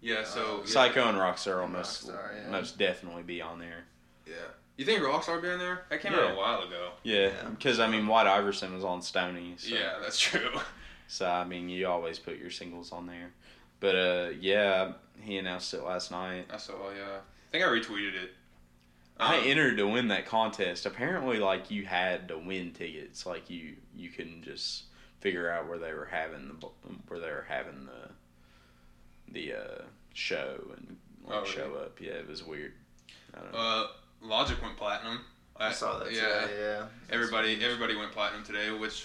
Yeah. So
Uh,
yeah.
Psycho and Rockstar will
And
most
Rockstar, yeah.
most definitely be on there.
Yeah. You think Rockstar be on there? That came out
Yeah.
a while ago.
Yeah,
Yeah.
because I mean White Iverson was on Stony. So,
Yeah, that's true.
So I mean you always put your singles on there, but uh yeah he announced it last night.
I saw. Yeah. I think I retweeted it.
Uh-huh.
I
Um,
entered to win that contest. Apparently, like you had to win tickets. Like you you couldn't just figure out where they were having the bu- where they were having the the uh, show and like,
Oh, really?
show up. Yeah, it was weird. I don't know.
Uh, Logic went platinum.
I saw that.
Yeah,
today, yeah.
everybody, everybody went platinum today. Which,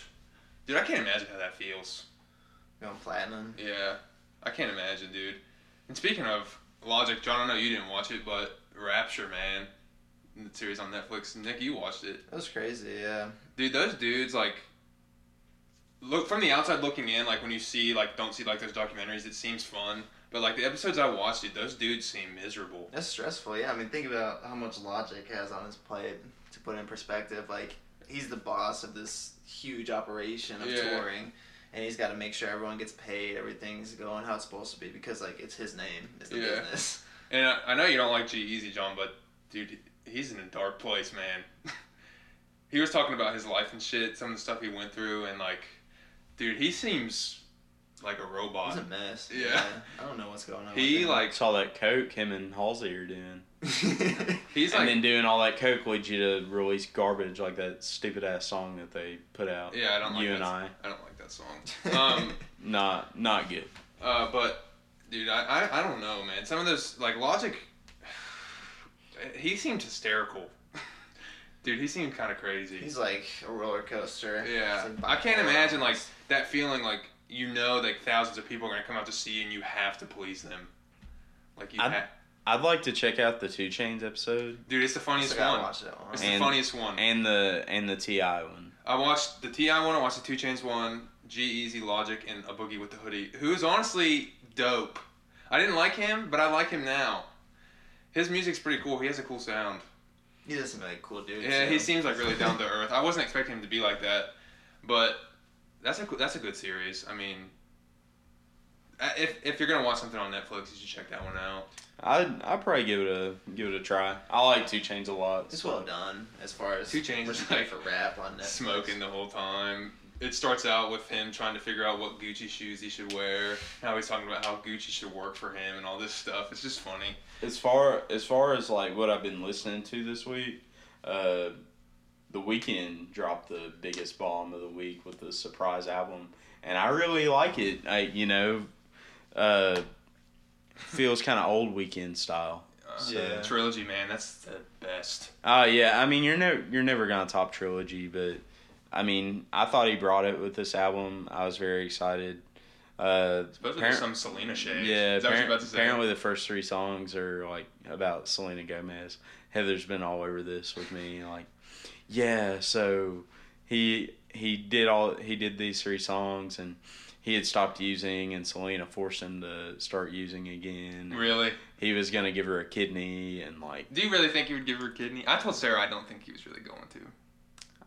dude, I can't imagine how that feels.
Going platinum.
Yeah, I can't imagine, dude. And speaking of Logic, John, I know you didn't watch it, but Rapture, man, the series on Netflix. Nick, you watched it,
That was crazy. Yeah.
dude. Those dudes, like, look from the outside looking in, like when you see, like, don't see like those documentaries, it seems fun. But like the episodes I watched, dude, those dudes seem miserable.
That's stressful. Yeah. I mean, think about how much logic has on his plate to put in perspective. Like he's the boss of this huge operation of
Yeah.
touring. And he's got to make sure everyone gets paid, everything's going how it's supposed to be because like it's his name, it's the
Yeah.
business.
And I, I know you don't like G Easy, John, but dude, he's in a dark place, man. he was talking about his life and shit, some of the stuff he went through, and like, dude, he seems like a
He's
robot.
a mess.
Yeah.
I don't know what's going on.
He
with
I
like
saw that coke him and Halsey are doing,
him.
he's
and
like
then doing all that coke leads you to release garbage like that stupid ass song that they put out.
yeah, I don't like
you
that
and I,
I don't like that song. Um,
not not good.
uh, but dude, I, I I don't know, man. Some of those like Logic, he seemed hysterical. Dude, he seemed kind of crazy.
He's like a roller coaster.
yeah,
He's, like,
I can't
bipolar.
imagine like that feeling like you know like thousands of people are gonna come out to see you and you have to please them. Like you,
I'm-
ha-
I'd like to check out the Two Chains episode
dude, it's the
I
funniest
still gotta
one.
watch that one.
It's
And-
the funniest one.
and the and the Ti one.
I watched the Ti one. I watched the Two Chains one, G Easy Logic, and a Boogie with the Hoodie, who is honestly dope. I didn't like him, but I like him now. His music's pretty cool. He has a cool sound.
He doesn't like cool dude.
Yeah,
so-
he seems like really down to earth. I wasn't expecting him to be like that, but that's a coo- that's a good series. I mean, uh, if if you're gonna watch something on Netflix, you should check that one out.
I'd I'd probably give it a give it a try. I like Two Chains a lot.
It's
so-
well done as far as
Two Chainz is
respect
like
for rap on Netflix.
Smoking the whole time. It starts out with him trying to figure out what Gucci shoes he should wear. How he's talking about how Gucci should work for him and all this stuff. It's just funny.
As far as far as like what I've been listening to this week, uh, the weekend dropped the biggest bomb of the week with the surprise album, and I really like it. I you know, uh, feels kind of old weekend style.
Uh,
Yeah.
Trilogy, man, that's the best.
Oh yeah, I mean you're never you're never gonna top trilogy, but I mean I thought he brought it with this album. I was very excited. Uh,
Supposedly
Apparent-
some Selena shade.
yeah,
Is that what you're
appar-
about to say?
apparently the first three songs are like about Selena Gomez. Heather's been all over this with me, like yeah. So he he did all he did these three songs and. He had stopped using, and Selena forced him to start using again.
Really?
He was gonna give her a kidney, and like
Do you really think he would give her a kidney? I told Sarah I don't think he was really going to.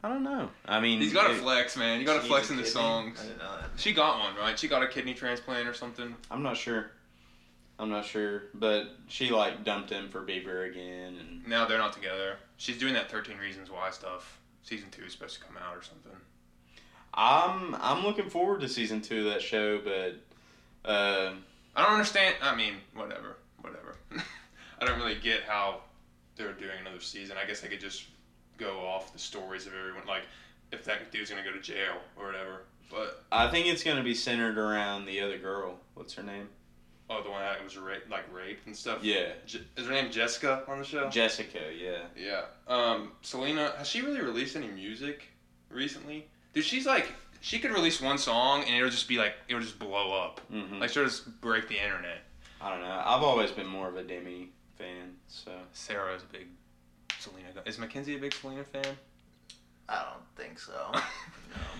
I don't know. I mean,
He's got to
it-
flex, man. You got to
He's
flex
a
in the
kidney?
songs.
I didn't know that.
She got one, right? She got a kidney transplant or something.
I'm not sure. I'm not sure, but she like dumped him for Bieber again, and
Now they're not together. She's doing that 13 Reasons Why stuff. Season 2 is supposed to come out or something.
I'm I'm looking forward to season two of that show, but uh,
I don't understand. I mean, whatever. Whatever. I don't really get how they're doing another season. I guess they could just go off the stories of everyone. Like, if that dude's going to go to jail or whatever. But,
I think it's gonna be centered around the other girl. What's her name?
oh, the one that was ra- like raped and stuff.
Yeah,
Je- is her name Jessica on the show?
Jessica. Yeah,
Yeah. Um, Selena, has she really released any music recently? Dude, she's like, she could release one song and it'll just be like, it'll just blow up.
hmm
Like, she'll just break the internet.
I don't know. I've always been more of a Demi fan, so
Sarah's a big Selena. guy. Is Mackenzie a big Selena fan?
I don't think so.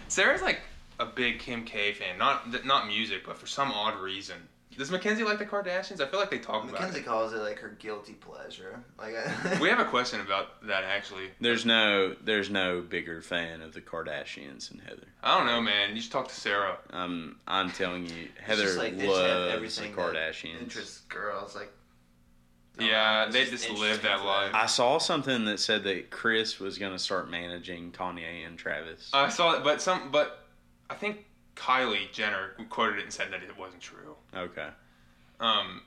Sarah's like a big Kim K fan. Not th- not music, but for some odd reason. Does Mackenzie like the Kardashians? I feel like they talk
Mackenzie calls it like her guilty pleasure. Like
about it. We have a question about that actually.
there's no there's no bigger fan of the Kardashians than Heather.
I don't know, man. You should talk to Sarah.
Um, I'm telling you,
just
Heather
like they should have
loves the
everything that
Kardashians.
interests girls like.
Yeah,
it's
they just live that
interesting to
life.
I saw something that said that Chris was going to start managing Kanye and Travis.
I saw it, but some, but I think Kylie Jenner quoted it and said that it wasn't true.
Uh,
okay.
Um,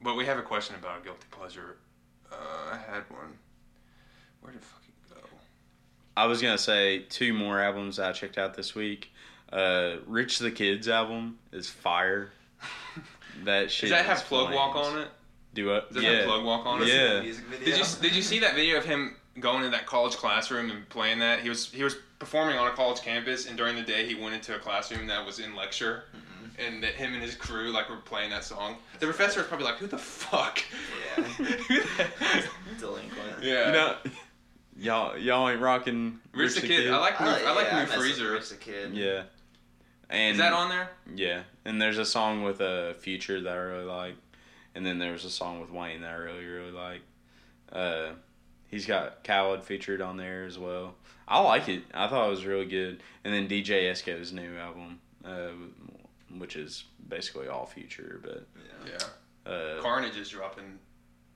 but we have a question about guilty pleasure. Uh, I had one. Where did fucking go?
I was going to say two more albums I checked out this week. Uh, Rich the Kids album is fire. That shit.
Does that have
is
plug walk
flames.
on it?
Do it.
Does that
yeah.
have plug walk on it?
Listen to the
Yeah.
music video.
Did you did you see that video of him going into that college classroom and playing that? He was he was performing on a college campus, and during the day he went into a classroom that was in lecture, and that him and his crew like were playing that song. The professor was probably like, "Who the fuck?"
Yeah.
Who the-
Delinquent.
yeah.
You know, y'all, y'all ain't rocking
Rich the Kid. I like new,
I like,
I like
Oh, yeah, I
new
mess with
freezer.
Rich the Kid.
Yeah. And
Is that on there?
Yeah, and there's a song with a uh, future that I really like, and then there was a song with Wayne that I really really like. Uh, he's got Khaled featured on there as well. I like it. I thought it was really good. And then DJ Esco's new album, uh, which is basically all future, but
Yeah.
Yeah.
uh,
Carnage is dropping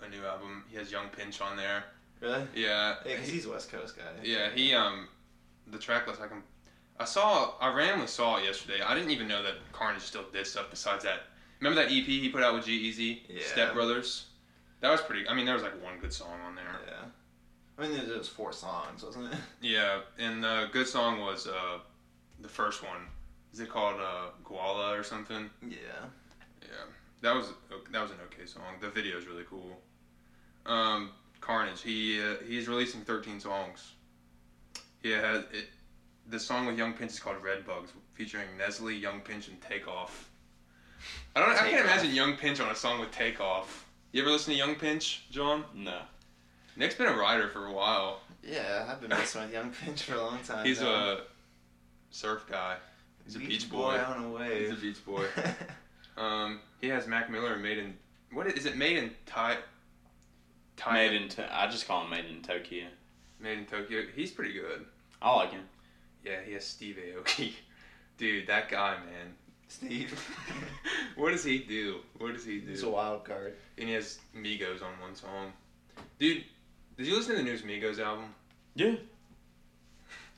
a new album. He has Young Pinch on there.
Really?
Yeah.
Yeah, because he's a West Coast guy.
Yeah, he um, the track list I can, I saw I randomly saw it yesterday. I didn't even know that Carnage still did stuff besides that. Remember that EP he put out with G Easy,
Yeah.
Step Brothers. That was pretty. I mean, there was like one good song on there.
Yeah. I mean, there was four songs, wasn't it?
Yeah, and the good song was uh, the first one. Is it called uh, Guala or something?
Yeah.
Yeah, that was that was an okay song. The video's really cool. Um, Carnage. He uh, he's releasing 13 songs. Yeah, it, the song with Young Pinch is called Red Bugs, featuring Nestle, Young Pinch, and Takeoff. I don't. I can't
Takeoff.
imagine Young Pinch on a song with Takeoff. You ever listen to Young Pinch, John?
No.
Nick's been a rider for a while.
Yeah, I've been messing with Young Pinch for a long time.
He's
now.
a surf guy. he's a beach boy.
on a
He's a
wave.
beach boy. Um, he has Mac Miller and Made in. What is, is it? Made in Thai. Thai
Made in. To- I just call him Made in Tokyo.
Made in Tokyo. He's pretty good.
I like him.
Yeah, he has Steve Aoki. Dude, that guy, man.
Steve.
what does he do? What does he do?
He's a wild card.
and he has Migos on one song. Dude, did you listen to the News Migos album?
Yeah.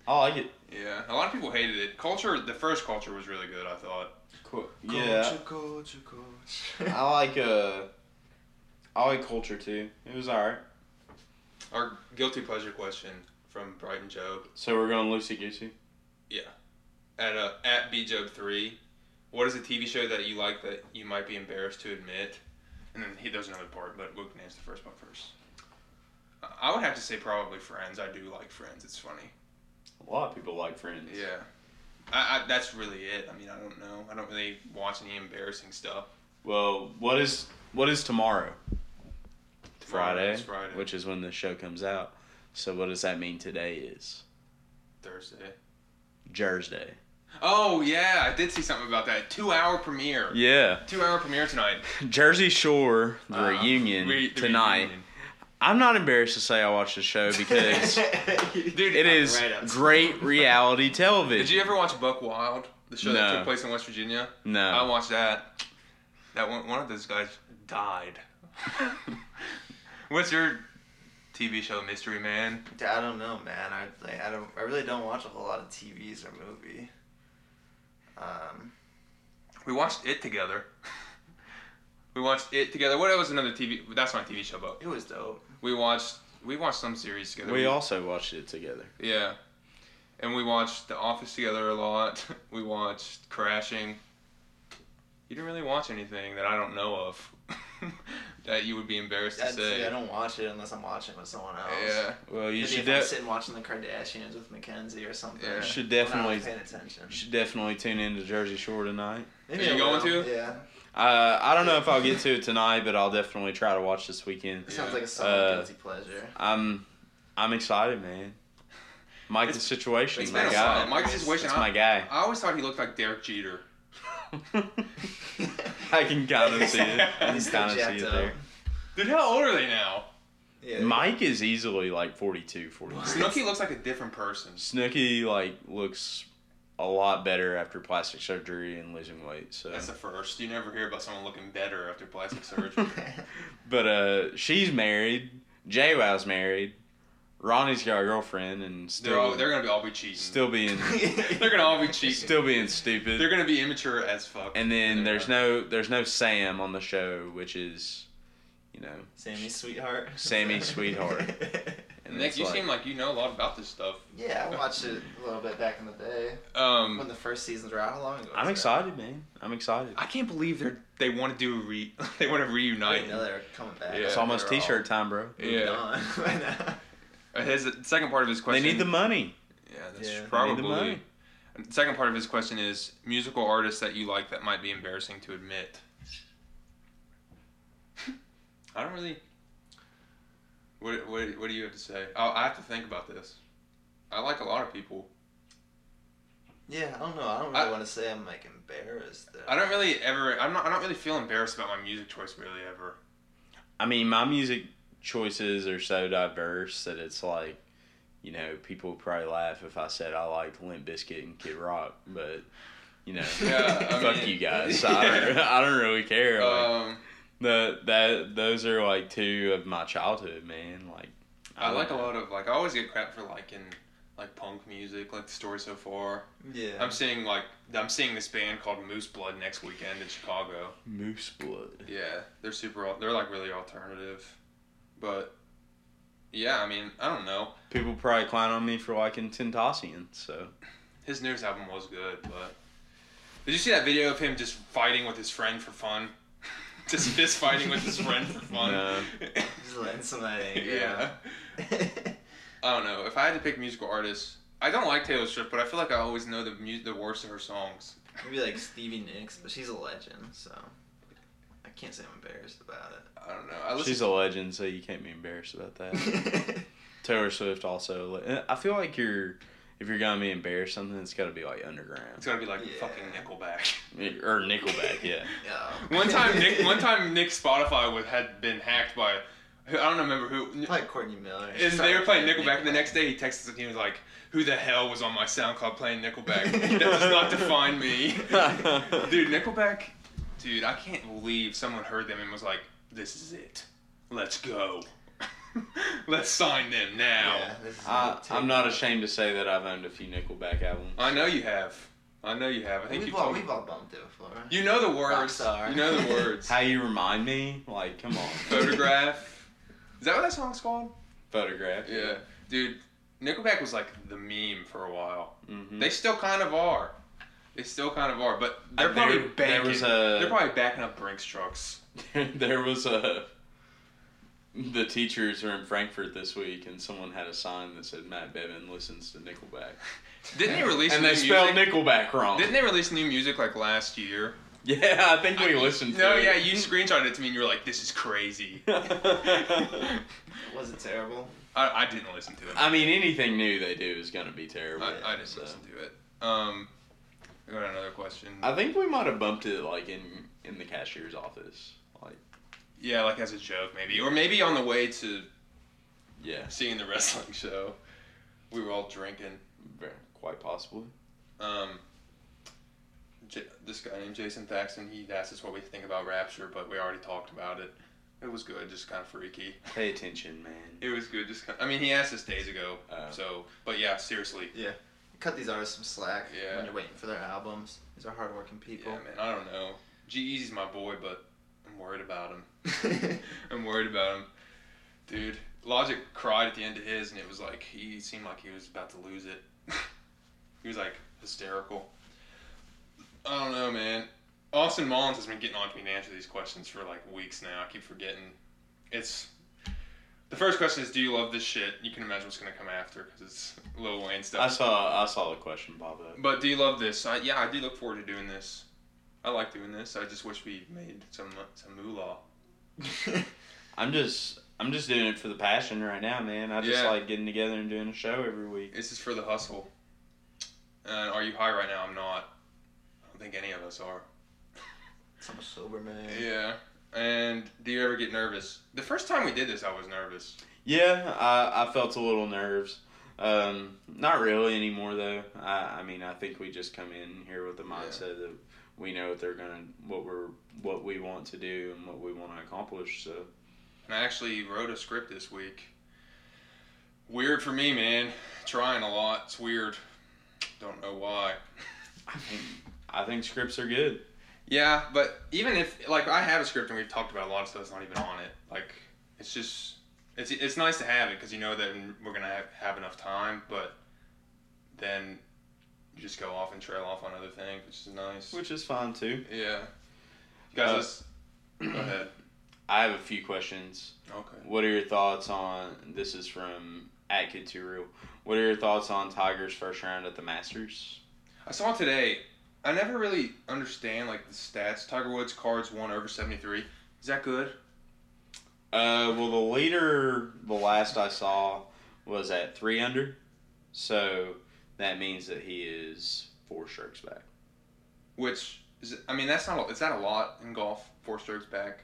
I like it.
Yeah, a lot of people hated it. Culture, the first Culture was really good, I thought.
Cool. Yeah.
Culture, culture, culture.
I like uh. I like culture too. It was alright.
Our guilty pleasure question from Brighton Job
So we're going loosey goosey.
at uh, at B Job three. What is a TV show that you like that you might be embarrassed to admit? And then he, there's another part, but we can answer the first part first. I- I would have to say probably Friends. I do like Friends. It's funny.
A lot of people like Friends.
Yeah, I, I, that's really it. I mean, I don't know. I don't really watch any embarrassing stuff.
Well, what is what is tomorrow? Friday,
Tomorrow is Friday,
which is when the show comes out. So what does that mean today is
Thursday.
Thursday?
Oh yeah, I did see something about that. Two hour premiere.
Yeah,
Two hour premiere tonight.
Jersey Shore the
Uh,
reunion
re- the
tonight.
reunion.
I'm not embarrassed to say I watched the show because
Dude,
it
I'm
is
right up.
great reality television.
Did you ever watch Buck Wild? The show that
No.
took place in West Virginia. I
no,
watched that. That one, one of those guys died. What's your TV show, Mystery Man?
Dude, I don't know, man. I like, I don't. I really don't watch a whole lot of TVs or movie. Um,
We watched it together. we watched it together. What was another TV? That's not a TV show, but
it was dope.
we watched we watched some series together.
we also watched it together.
yeah, and we watched The Office together a lot. we watched Crashing. You didn't really watch anything that I don't know of that you would be embarrassed to
I,
say.
I don't watch it unless I'm watching with someone else.
yeah.
Well, you
Maybe
should
if I'm
de-
sitting watching the Kardashians with Mackenzie or something.
Yeah.
Yeah.
You
should
I'm
definitely
not paying attention.
should definitely tune into Jersey Shore tonight.
Maybe
Are you
I
going
will,
to?
Yeah.
Uh, I don't know if I'll get to it tonight, but I'll definitely try to watch this weekend.
It
Yeah.
sounds like a solid
Uh,
guilty pleasure.
I'm I'm excited, man. Mike the
It's-
situation,
it's
my
been a
guy.
while. Mike's situation.
That's
I,
my guy.
I always thought he looked like Derek Jeter.
I can kind of see it. I can
He's
kind of
jacked
see it
up.
there.
Dude, how old are they now?
Yeah.
Mike is easily like 42, 43.
Snooki looks like a different person.
Snooki like looks a lot better after plastic surgery and losing weight. So,
That's the first. You never hear about someone looking better after plastic surgery.
but uh, she's married. Jay Wow's married. Ronnie's got a girlfriend and still
they're all they're gonna be all be cheating.
still being
they're gonna all be cheating.
still being stupid.
they're gonna be immature as fuck.
And then
Yeah.
there's no there's no Sam on the show, which is, you know,
Sammy's sweetheart.
Sammy's sweetheart. and
Nick,
it's
you
like-
seem like you know a lot about this stuff.
yeah, I watched it a little bit back in the day when
Um,
the first seasons were out. How long ago?
I'm
was that?
excited, man. I'm excited.
I can't believe they they want to do a re they want to
I
reunite.
didn't know they were coming back.
Yeah.
it's almost
they're all-
T-shirt time, bro.
Moving
Yeah.
on by now.
His the second part of his
They
question.
need the money.
Yeah, that's
Yeah. They need the
probably.
money.
And the second part of his question is musical artists that you like that might be embarrassing to admit. I don't really. What, what, what do you have to say? Oh, I have to think about this. I like a lot of people.
Yeah, I don't know. I don't really
I-
want to say I'm like embarrassed. Though.
I don't really ever. I'm not. I don't really feel embarrassed about my music choice really ever.
I mean, my music choices are so diverse that it's like, you know, people would probably laugh if I said I liked Limp Bizkit and Kid Rock, but you know,
Yeah, I
fuck
mean-
you guys. I, don't, I don't really care. Like,
Um,
the that those are like two of my childhood, man. Like,
I
don't
like a
know.
lot of like. I always get crap for liking like punk music, like the story so far.
Yeah.
I'm seeing like I'm seeing this band called Moose Blood next weekend in Chicago.
Moose blood.
Yeah, they're super. al- They're like really alternative, but yeah, I mean, I don't know.
People probably clown on me for liking Tentacion, so
His newest album was good, but did you see that video of him just fighting with his friend for fun? just fist fighting with his friend for fun.
No.
Just Just letting some of that anger
yeah.
out.
I don't know. If I had to pick musical artists, I don't like Taylor Swift, but I feel like I always know the mu- the worst of her songs.
Maybe like Stevie Nicks, but she's a legend, so I can't say I'm embarrassed about
I don't know. I listen.
She's a legend, so you can't be embarrassed about that.
it.
Taylor Swift also. and I feel like you're, if you're gonna be embarrassed something, it's gotta be like underground
it's gotta be like
Yeah.
fucking Nickelback.
or Nickelback. Yeah.
yeah.
one time, Nick. One time, Nick's Spotify was, had been hacked by. I don't remember who.
Probably Courtney Miller.
And they were playing Nickelback, and the next day he texted us and he was like, "Who the hell was on my SoundCloud playing Nickelback? That does not define me." dude, Nickelback. Dude, I can't believe someone heard them and was like, "This is it. Let's go. Let's sign them now."
Yeah, this is
I,
a
Uh, I'm not ashamed to say that I've owned a few Nickelback albums.
I know you have. I know you have. I think
We've
you've
all,
told
we've all bumped it before.
You know the words.
Rockstar.
You know the words.
How you remind me? Like, come on.
Photograph. Is that what that song's called?
Photograph.
Yeah. Dude, Nickelback was like the meme for a while.
hmm
They still kind of are. They still kind of are, but
Uh,
they're probably
there- there
banking.
was a-
They're probably backing up Brinks trucks.
Mm-hmm. there was a. The teachers are in Frankfurt this week, and someone had a sign that said Matt Bevin listens to Nickelback.
Didn't they release
and
new
they spelled
music?
Nickelback wrong.
Didn't they release new music like last year?
yeah, I think we listened to
No,
it.
yeah, you screenshotted it to me and you were like, "This is crazy." I,
Was it terrible?
I didn't listen to it.
I mean, anything new they do is going to be terrible.
I, I didn't
so.
listen to it. Um, I got another question.
I think we might have bumped it like in in the cashier's office. Like,
Yeah, like as a joke, maybe, or maybe on the way to
yeah,
seeing the wrestling show, we were all drinking.
very- quite possibly.
Um, J- this guy named Jason Thaxton, he asked us what we think about Rapture, but we already talked about it. It was good, just kind of freaky.
Pay attention, man.
It was good, just kind I mean, he asked us days ago,
Uh,
so. But yeah, seriously.
Cut these artists some slack
Yeah.
when you're waiting for their albums. These are hardworking people.
Yeah, man, I don't know. G-Eazy's my boy, but I'm worried about him.
Yeah,
I'm worried about him, dude. Logic cried at the end of his, and it was like he seemed like he was about to lose it. he was like hysterical. I don't know, man. Austin Mullins has been getting on to me to answer these questions for like weeks now. I keep forgetting. It's the first question is, do you love this shit? You can imagine what's gonna come after because it's Lil Wayne
I
stuff.
saw I saw the question pop up.
But do you love this? I, yeah, I do look forward to doing this. I like doing this. I just wish we made some some moolah.
I'm just I'm just doing it for the passion right now, man. I just
Yeah.
like getting together and doing a show every week.
This is for the hustle. And are you high right now? I'm not. I don't think any of us are.
I'm a sober man.
Yeah. And do you ever get nervous? The first time we did this, I was nervous.
Yeah, I, I felt a little nerves. Um, not really anymore though. I, I mean, I think we just come in here with the
Yeah.
mindset that we know what they're gonna, what we're, what we want to do and what we want to accomplish. So
And I actually wrote a script this week. Weird for me, man. Trying a lot. It's weird. Don't know why.
I think I think scripts are good.
Yeah, but even if like I have a script and we've talked about a lot of stuff that's not even on it. Like it's just it's it's nice to have it because you know that we're gonna have, have enough time, but then you just go off and trail off on other things, which is nice.
which is fine too.
yeah, you guys,
Uh,
let's- go ahead.
I have a few questions.
Okay.
What are your thoughts on this? Is from at Kid Too Real. What are your thoughts on Tiger's first round at the Masters?
I saw today. I never really understand like the stats. Tiger Woods cards one over seventy three. Is that good?
Uh, well, the leader, the last I saw, was at three under, so that means that he is four strokes back.
Which is I mean that's not a, is that a lot in golf? Four strokes back.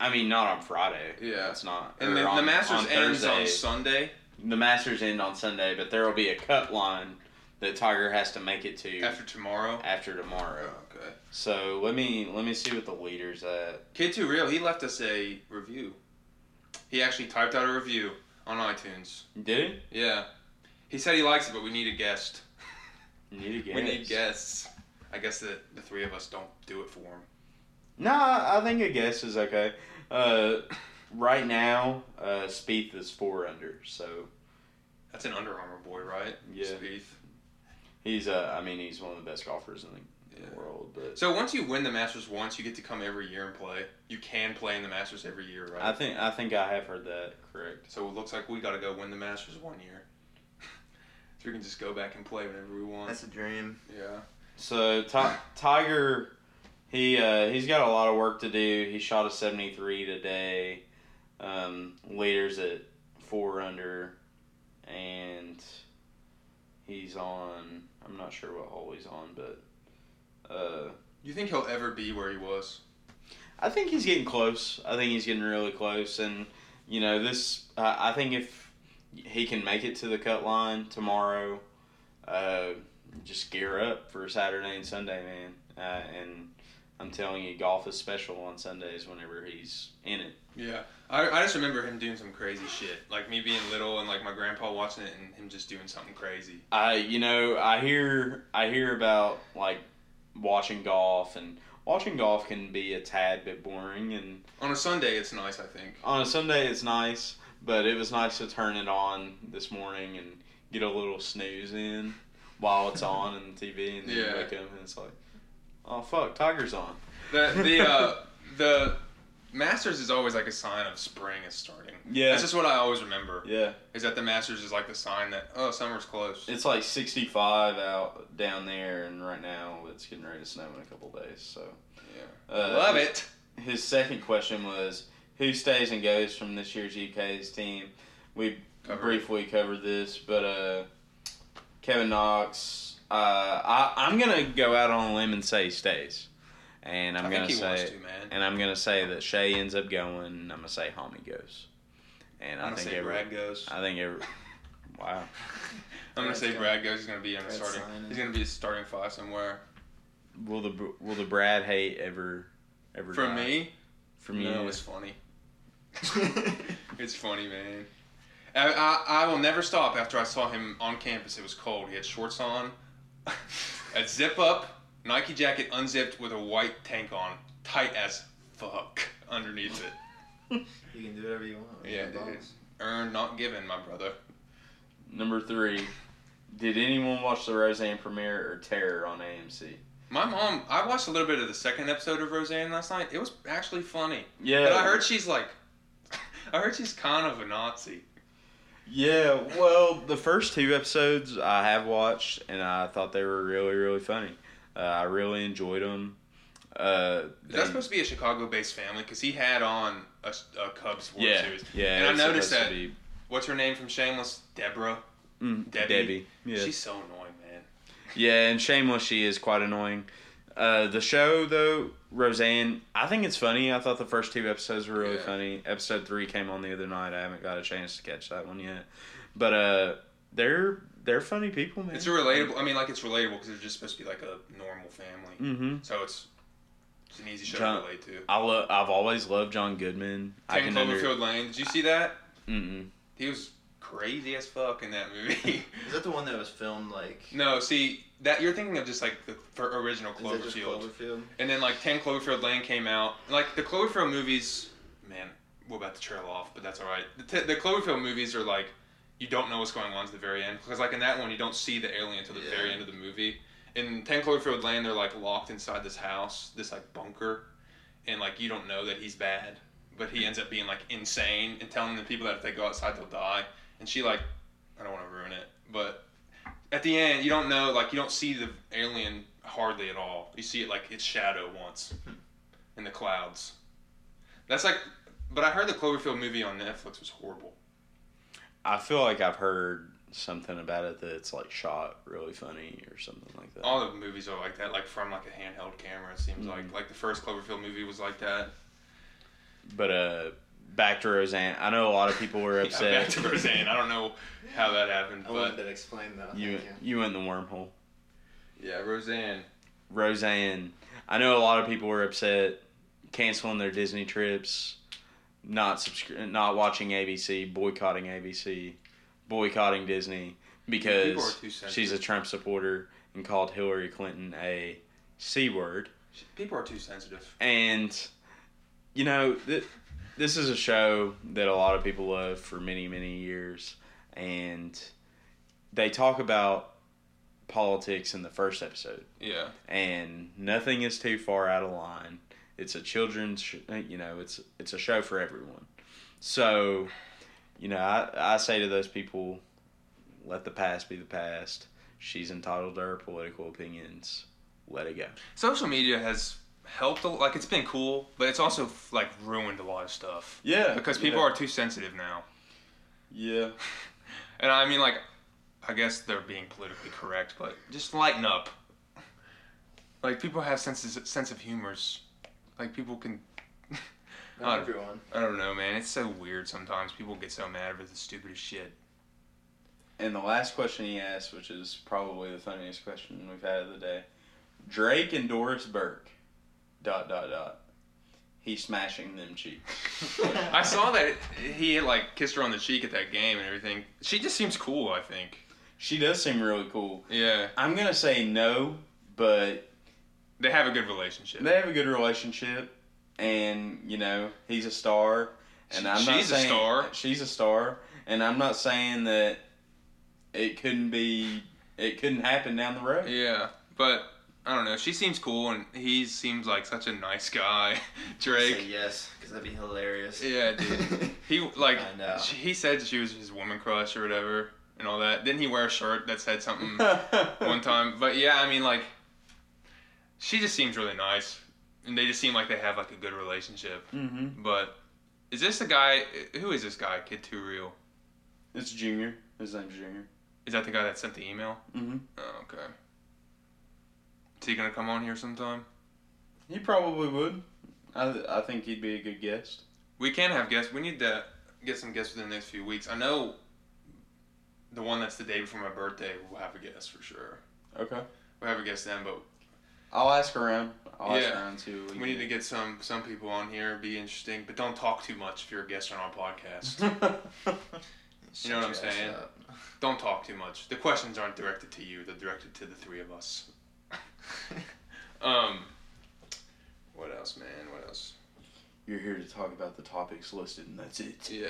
I mean, not on Friday.
Yeah.
it's not.
And
or
the,
on-
the Masters
on
ends
Thursday.
on Sunday.
the Masters end on Sunday, but there will be a cut line that Tiger has to make it to
After tomorrow. Oh,
after tomorrow.
okay.
So let me let me see what the leader's at.
Kid Too Real, he left us a review. He actually typed out a review on iTunes.
Did
Yeah. He said he likes it, but we need a guest.
it? Need a guess.
We need guests. I guess the, the three of us don't do it for him.
No, I think a guess is okay. Uh, right now, uh, Spieth is four under, so
That's an Under Armour boy, right?
Yeah.
Spieth.
he's uh, I mean, he's one of the best golfers in the
Yeah.
world. But
So once you win the Masters once, you get to come every year and play. You can play in the Masters every year, right?
I think I think I have heard that correct.
so it looks like we got to go win the Masters one year. so we can just go back and play whenever we want.
That's a dream.
yeah.
So Ti- Tiger, he uh, he's got a lot of work to do. He shot a seventy three today. Um, leaders at four under, and he's on. I'm not sure what hole he's on, but uh,
You think he'll ever be where he was?
I think he's getting close. I think he's getting really close, and you know this. uh, I I think if he can make it to the cut line tomorrow, uh, just gear up for Saturday and Sunday, man. Uh, and I'm telling you, golf is special on Sundays whenever he's in it.
Yeah, I, I just remember him doing some crazy shit, like me being little and like my grandpa watching it and him just doing something crazy.
I you know I hear I hear about like watching golf and watching golf can be a tad bit boring and
On a Sunday, it's nice, I think.
on a Sunday it's nice, but it was nice to turn it on this morning and get a little snooze in while it's on and the TV, and then
Yeah.
you wake up and it's like, oh fuck, Tiger's on.
The the uh, the Masters is always like a sign of spring is starting.
Yeah.
that's just what I always remember.
Yeah,
Is that the Masters is like the sign that oh summer's close.
it's like 65 out down there, and right now it's getting ready to snow in a couple days. So
yeah,
uh,
love it.
His second question was, who stays and goes from this year's UK's team? We
Covered.
briefly covered this, but uh, Kevin Knox. Uh, I, I'm gonna go out on a limb and say he stays, and I'm
I
gonna
think he wants
say,
to, man.
and I'm gonna say that Shay ends up going. And I'm gonna say Homie goes, and
I'm
I
gonna
think
say
every,
Brad goes.
I think every,
I'm
wow,
gonna
Brad's
say
gonna-
Brad goes. He's gonna be in a
Brad's
starting.
signing.
He's gonna be a starting five somewhere.
will the will the Brad hate ever, ever
For
die?
me,
from you?
no, it's funny. It's funny, man. I, I, I will never stop after I saw him on campus. It was cold. He had shorts on, a zip up, Nike jacket unzipped with a white tank on, tight as fuck underneath it.
you can do whatever you want.
Yeah,
You're the
dude.
boss.
Earned, not given, my brother.
Number three, did anyone watch the Roseanne premiere or Terror on AMC?
My mom, I watched a little bit of the second episode of Roseanne last night. It was actually funny.
Yeah,
But I heard she's like, I heard she's kind of a Nazi.
Yeah, well, the first two episodes I have watched, and I thought they were really, really funny. Uh, I really enjoyed them. Uh,
Is that
they-
supposed to be a Chicago based family? Because he had on a, a Cubs World
yeah,
Series.
yeah.
And I
it's
noticed
supposed
that-
to be-
What's her name from Shameless? Deborah.
mm,
Debbie.
Debbie. Yeah,
She's so annoying, man.
yeah, and Shameless, she is quite annoying. Uh, the show though, Roseanne, I think it's funny. I thought the first two episodes were really
Yeah.
funny. Episode three came on the other night. I haven't got a chance to catch that one yet, but uh, they're they're funny people, man.
It's a relatable. I mean, like it's relatable because they're just supposed to be like a normal family.
Mm-hmm.
So it's it's an easy show
John-
to relate to.
I lo- I've always loved John Goodman. I
Ten
can under-
Cloverfield Lane. Did you see that?
Mm-mm.
He was crazy as fuck in that movie.
Is that the one that was filmed like?
no, see that you're thinking of just like the fir- original
Is that just
Cloverfield,
Cloverfield?
and then like Ten Cloverfield Lane came out. Like the Cloverfield movies, man, we're about to trail off, but that's all right. The, t- the Cloverfield movies are like you don't know what's going on to the very end because like in that one you don't see the alien until the
Yeah.
very end of the movie. In Ten Cloverfield Lane, they're like locked inside this house, this like bunker, and like you don't know that he's bad, but he ends up being like insane and telling the people that if they go outside they'll die. And she like, I don't want to ruin it, but at the end you don't know like you don't see the alien hardly at all. You see it like its shadow once in the clouds. That's like, but I heard the Cloverfield movie on Netflix was horrible.
I feel like I've heard something about it that it's like shot really funny or something like that.
all the movies are like that, like from like a handheld camera. It seems like like the first Cloverfield movie was like that.
But uh, back to Roseanne. I know a lot of people were
Yeah, back
upset.
to Roseanne. I don't know how that happened,
I wanted
but
that explained though.
you
Thank
you went in the wormhole.
yeah, Roseanne.
Roseanne. I know a lot of people were upset canceling their Disney trips, not subscri- not watching ABC, boycotting ABC, boycotting Disney
People are
because
too sensitive.
she's a Trump supporter and called Hillary Clinton a c word.
People are too sensitive.
and you know th- this is a show that a lot of people love for many many years and they talk about politics in the first episode,
Yeah.
and nothing is too far out of line. It's a children's, sh- uh, you know, it's it's a show for everyone. So, you know, I I say to those people, let the past be the past. She's entitled to her political opinions. Let it go.
Social media has helped. A, like it's been cool, but it's also like ruined a lot of stuff
Yeah,
because people are too sensitive now.
Yeah,
And I mean, like, I guess they're being politically correct, but just lighten up. Like people have senses, sense of humors. Like people can.
Not
Uh,
everyone.
I don't know, man. It's so weird sometimes. People get so mad over the stupidest shit.
And the last question he asked, which is probably the funniest question we've had of the day, Drake and Doris Burke, dot dot dot. He's smashing them cheeks.
I saw that he like kissed her on the cheek at that game and everything. She just seems cool. I think.
She does seem really cool.
Yeah,
I'm gonna say no, but
they have a good relationship.
they have a good relationship, and you know he's a star, and I'm not
She's a
saying-
star.
She's a star, and I'm not saying that it couldn't be, it couldn't happen down the road.
Yeah, but I don't know. She seems cool, and he seems like such a nice guy, Drake.
Say yes, because that'd be hilarious.
Yeah, dude. He like
I know.
she, he said she was his woman crush or whatever and all that. Didn't he wear a shirt that said something Mm-hmm. one time? But yeah, I mean like she just seems really nice, and they just seem like they have like a good relationship.
Mm-hmm.
But is this the guy? Who is this guy? Kid Too Real?
It's Junior. His name's Junior.
Is that the guy that sent the email?
Mm-hmm.
Oh, okay. Is he gonna come on here sometime?
He probably would. I, I think he'd be a good guest.
We can have guests. We need to get some guests within the next few weeks. I know the one that's the day before my birthday will have a guest for sure.
Okay.
We have a guest then, but
I'll ask around. I'll ask
Yeah.
around too.
we need to get some some people on here. Be interesting, but don't talk too much if you're a guest on our podcast. You
get.
know what I'm
Shut your ass
saying?
up.
don't talk too much. The questions aren't directed to you. They're directed to the three of us. Um, what else, man? What else?
You're here to talk about the topics listed, and that's it.
Yeah.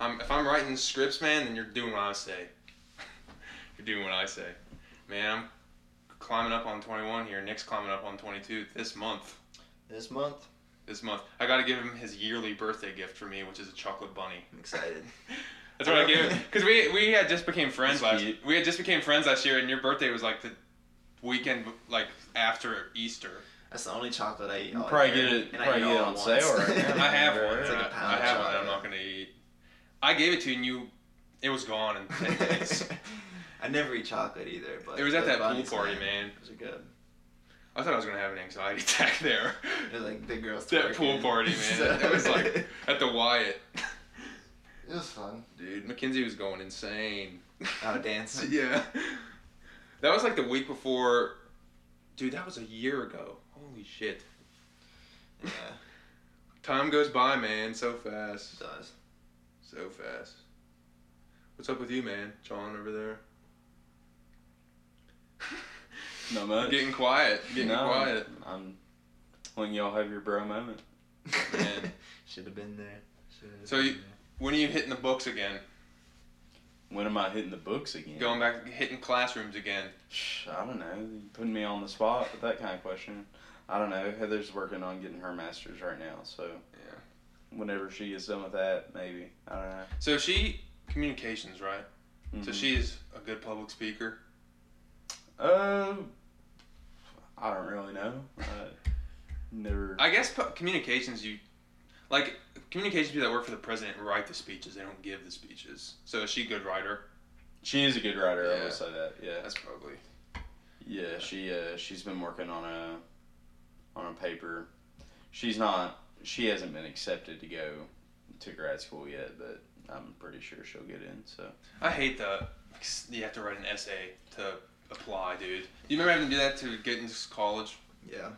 I'm, if I'm writing scripts, man, then you're doing what I say. you're doing what I say. Man, I'm climbing up on 21 here. Nick's climbing up on 22 this month.
this month,
This month. I got to give him his yearly birthday gift for me, which is a chocolate bunny.
I'm excited.
That's what I gave him. Because we, we had just became friends
That's
last
cute.
We had just became friends last year, and your birthday was like the weekend, like after Easter.
That's the only chocolate I eat.
You
all
probably
year,
get it-
and I
probably
eat
get it
all at
on sale
once.
right now.
I have one.
It's
and
like a
I-
pound
I have one that I'm
chocolate.
not going to eat. I gave it to you, and you. It was gone in 10 days.
I never eat chocolate either, but
It was at that
those
pool
bunnies,
party, man.
Those are good.
I thought I was gonna have an anxiety attack there.
It was like big girls.
that pool
twerking.
party, man. It was like
it
at the Wyatt.
was fun.
Dude, Mackenzie was going insane.
Oh, dance.
yeah. That was like the week before. Dude, that was a year ago. Holy shit.
Yeah,
Time goes by, man, so
it
fast.
does.
So fast. What's up with you, man? John over there?
No much.
Getting quiet. Getting
No,
quiet.
I'm letting y'all have your bro moment.
Man.
Should have been there. Should've
So
been
you- When are you hitting the books again?
When am I hitting the books again?
Going back, hitting classrooms again.
Shh, I don't know. You putting me on the spot with that kind of question. I don't know. Heather's working on getting her master's right now, so
Yeah.
whenever she gets done with that, maybe I don't know.
So she communications, right? So
Mhm.
she's a good public speaker.
Uh, I don't really know. I never.
I guess pu- communications, you like communications people that work for the president write the speeches. They don't give the speeches. So is she a good writer?
she is a good writer. I
Yeah.
will say that. Yeah.
That's probably.
Yeah. She uh she's been working on a on a paper. She's not. She hasn't been accepted to go to grad school yet, but I'm pretty sure she'll get in. So
I hate the you have to write an essay to apply, dude. You remember having to do that to get into college?
Yeah.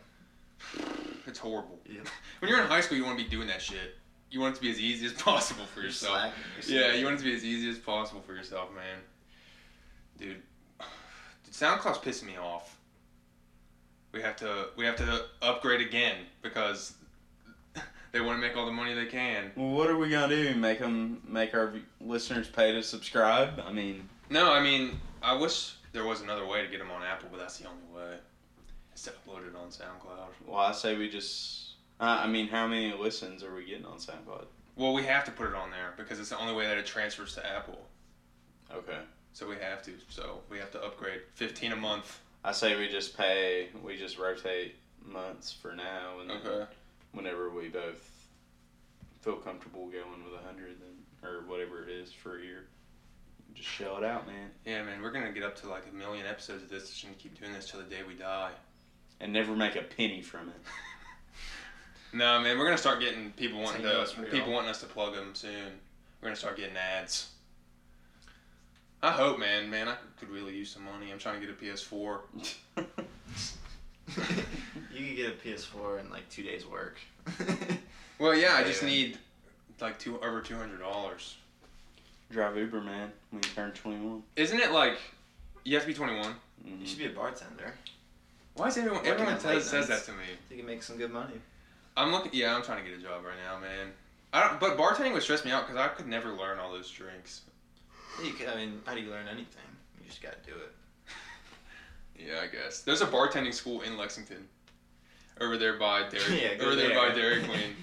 It's horrible.
Yeah.
When you're in high school, you want to be doing that shit. You want it to be as easy as possible for
You're
yourself.
slacking. You're
Yeah,
slacking.
you want it to be as easy as possible for yourself, man. Dude, dude, SoundCloud's pissing me off. We have to we have to upgrade again because they want to make all the money they can.
well, what are we gonna do? Make them make our v- listeners pay to subscribe? I mean,
No, I mean I wish there was another way to get them on Apple, but that's the only way. It's to upload it on SoundCloud.
Well, I say we just. Uh, I mean, how many listens are we getting on SoundCloud?
Well, we have to put it on there because it's the only way that it transfers to Apple.
Okay.
So we have to. So we have to upgrade 15 a month.
I say we just pay. We just rotate months for now, and then
Okay.
whenever we both feel comfortable going with a hundred, then or whatever it is for a year, just shell it out, man,
Yeah, man, we're gonna get up to like a million episodes of this and keep doing this till the day we die.
and never make a penny from it.
No, man, we're gonna start getting people wanting
Take
to
notes, real.
people wanting us to plug them soon. We're gonna start getting ads. I hope, man. Man, I could really use some money. I'm trying to get a PS4.
you could get a PS4 in like two days' work.
Well, yeah, I just
Yeah.
need like two over two hundred dollars.
Drive Uber, man. When you turn twenty-one,
Isn't it like you have to be 21?
you
Mhm.
should be a bartender.
Why is everyone
Working
everyone
at late
says, says that
nights.
to me?
You can make some good money.
I'm looking. Yeah, I'm trying to get a job right now, man. I don't, but bartending would stress me out because I could never learn all those drinks.
You can, I mean, how do you learn anything? You just gotta do it.
Yeah, I guess there's a bartending school in Lexington, over there by Dairy.
Yeah, go
over there. by
there.
Dairy Queen.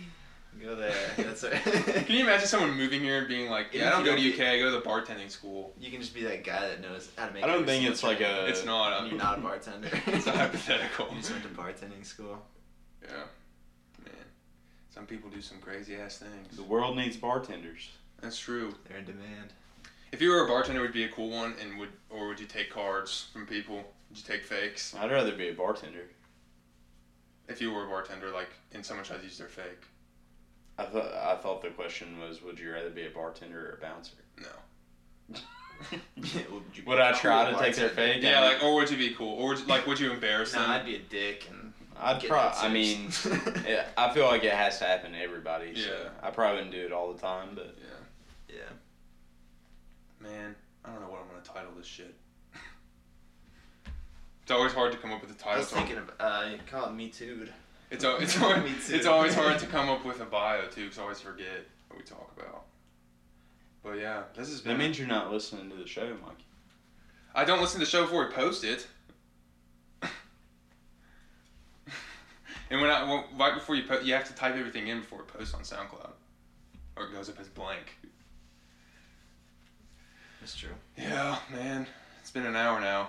Go there. That's
Can
right.
you imagine someone moving here and being like, "Yeah, I
Even
don't
if
go to
you
UK.
don't
I go to the bartending school."
you can just be that guy that knows how to make.
I don't
every
think
single
it's like
drink.
a.
it's not.
And
A,
you're not a bartender.
it's a hypothetical.
You just went to bartending school.
Yeah, man. Some people do some crazy ass things.
The world needs bartenders.
That's true.
They're in demand.
If you were a bartender, would you be a cool one, and would or would you take cards from people? Would you take fakes?
I'd rather be a bartender.
If you were a bartender, like, and someone tried to use their fake.
I thought I thought the question was, would you rather be a bartender or a bouncer?
Would, you be
Would I
a
try
cool
to take their
bartender?
fake?
Yeah,
I mean,
like, or would you be cool? Or would you, like, would you embarrass
Nah,
them?
I'd be a dick and.
I'd
get
probably. I mean,
answers.
yeah, I feel like it has to happen to everybody. So
Yeah.
I probably wouldn't do it all the time, but
yeah,
yeah.
man, I don't know what I'm gonna title this shit. it's always hard to come up with a
I
title.
was
so I'm-
thinking of uh, you call it Me Too.
It's al- it's always,
Me too.
it's always hard to come up with a bio too, because I always forget what we talk about. But yeah, this has
that
been.
means you're not listening to the show, Mikey.
I don't listen to the show before we post it. and when I well, right before you post, you have to type everything in before it posts on SoundCloud, or it goes up as blank.
That's true.
Yeah, man, it's been an hour now.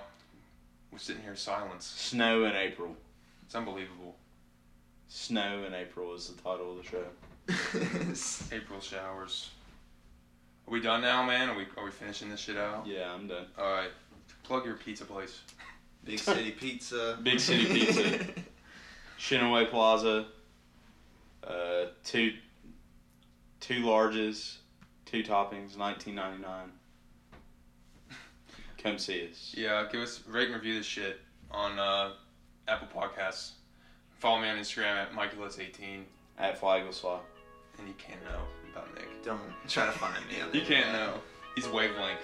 We're sitting here in silence.
Snow in April.
It's unbelievable.
Snow in April is the title of the show.
April showers. Are we done now, man? Are we are we finishing this shit out?
Yeah, I'm done.
All right, plug your pizza place.
Big City Pizza.
Big City Pizza. Shinaway Plaza. Uh, two, two larges, two toppings, nineteen ninety nine. Come see us.
Yeah, give us rate and review this shit on uh, Apple Podcasts. Follow me on Instagram at MichaelS18,
At Flagel Sly.
and you can't know about Nick.
Don't try to find me. on the
You can't
internet.
know. He's wavelength.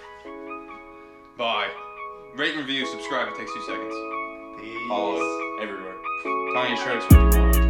Bye. Rate and review, subscribe. It takes two seconds.
Peace.
Follow us everywhere. Tiny Strokes with you want.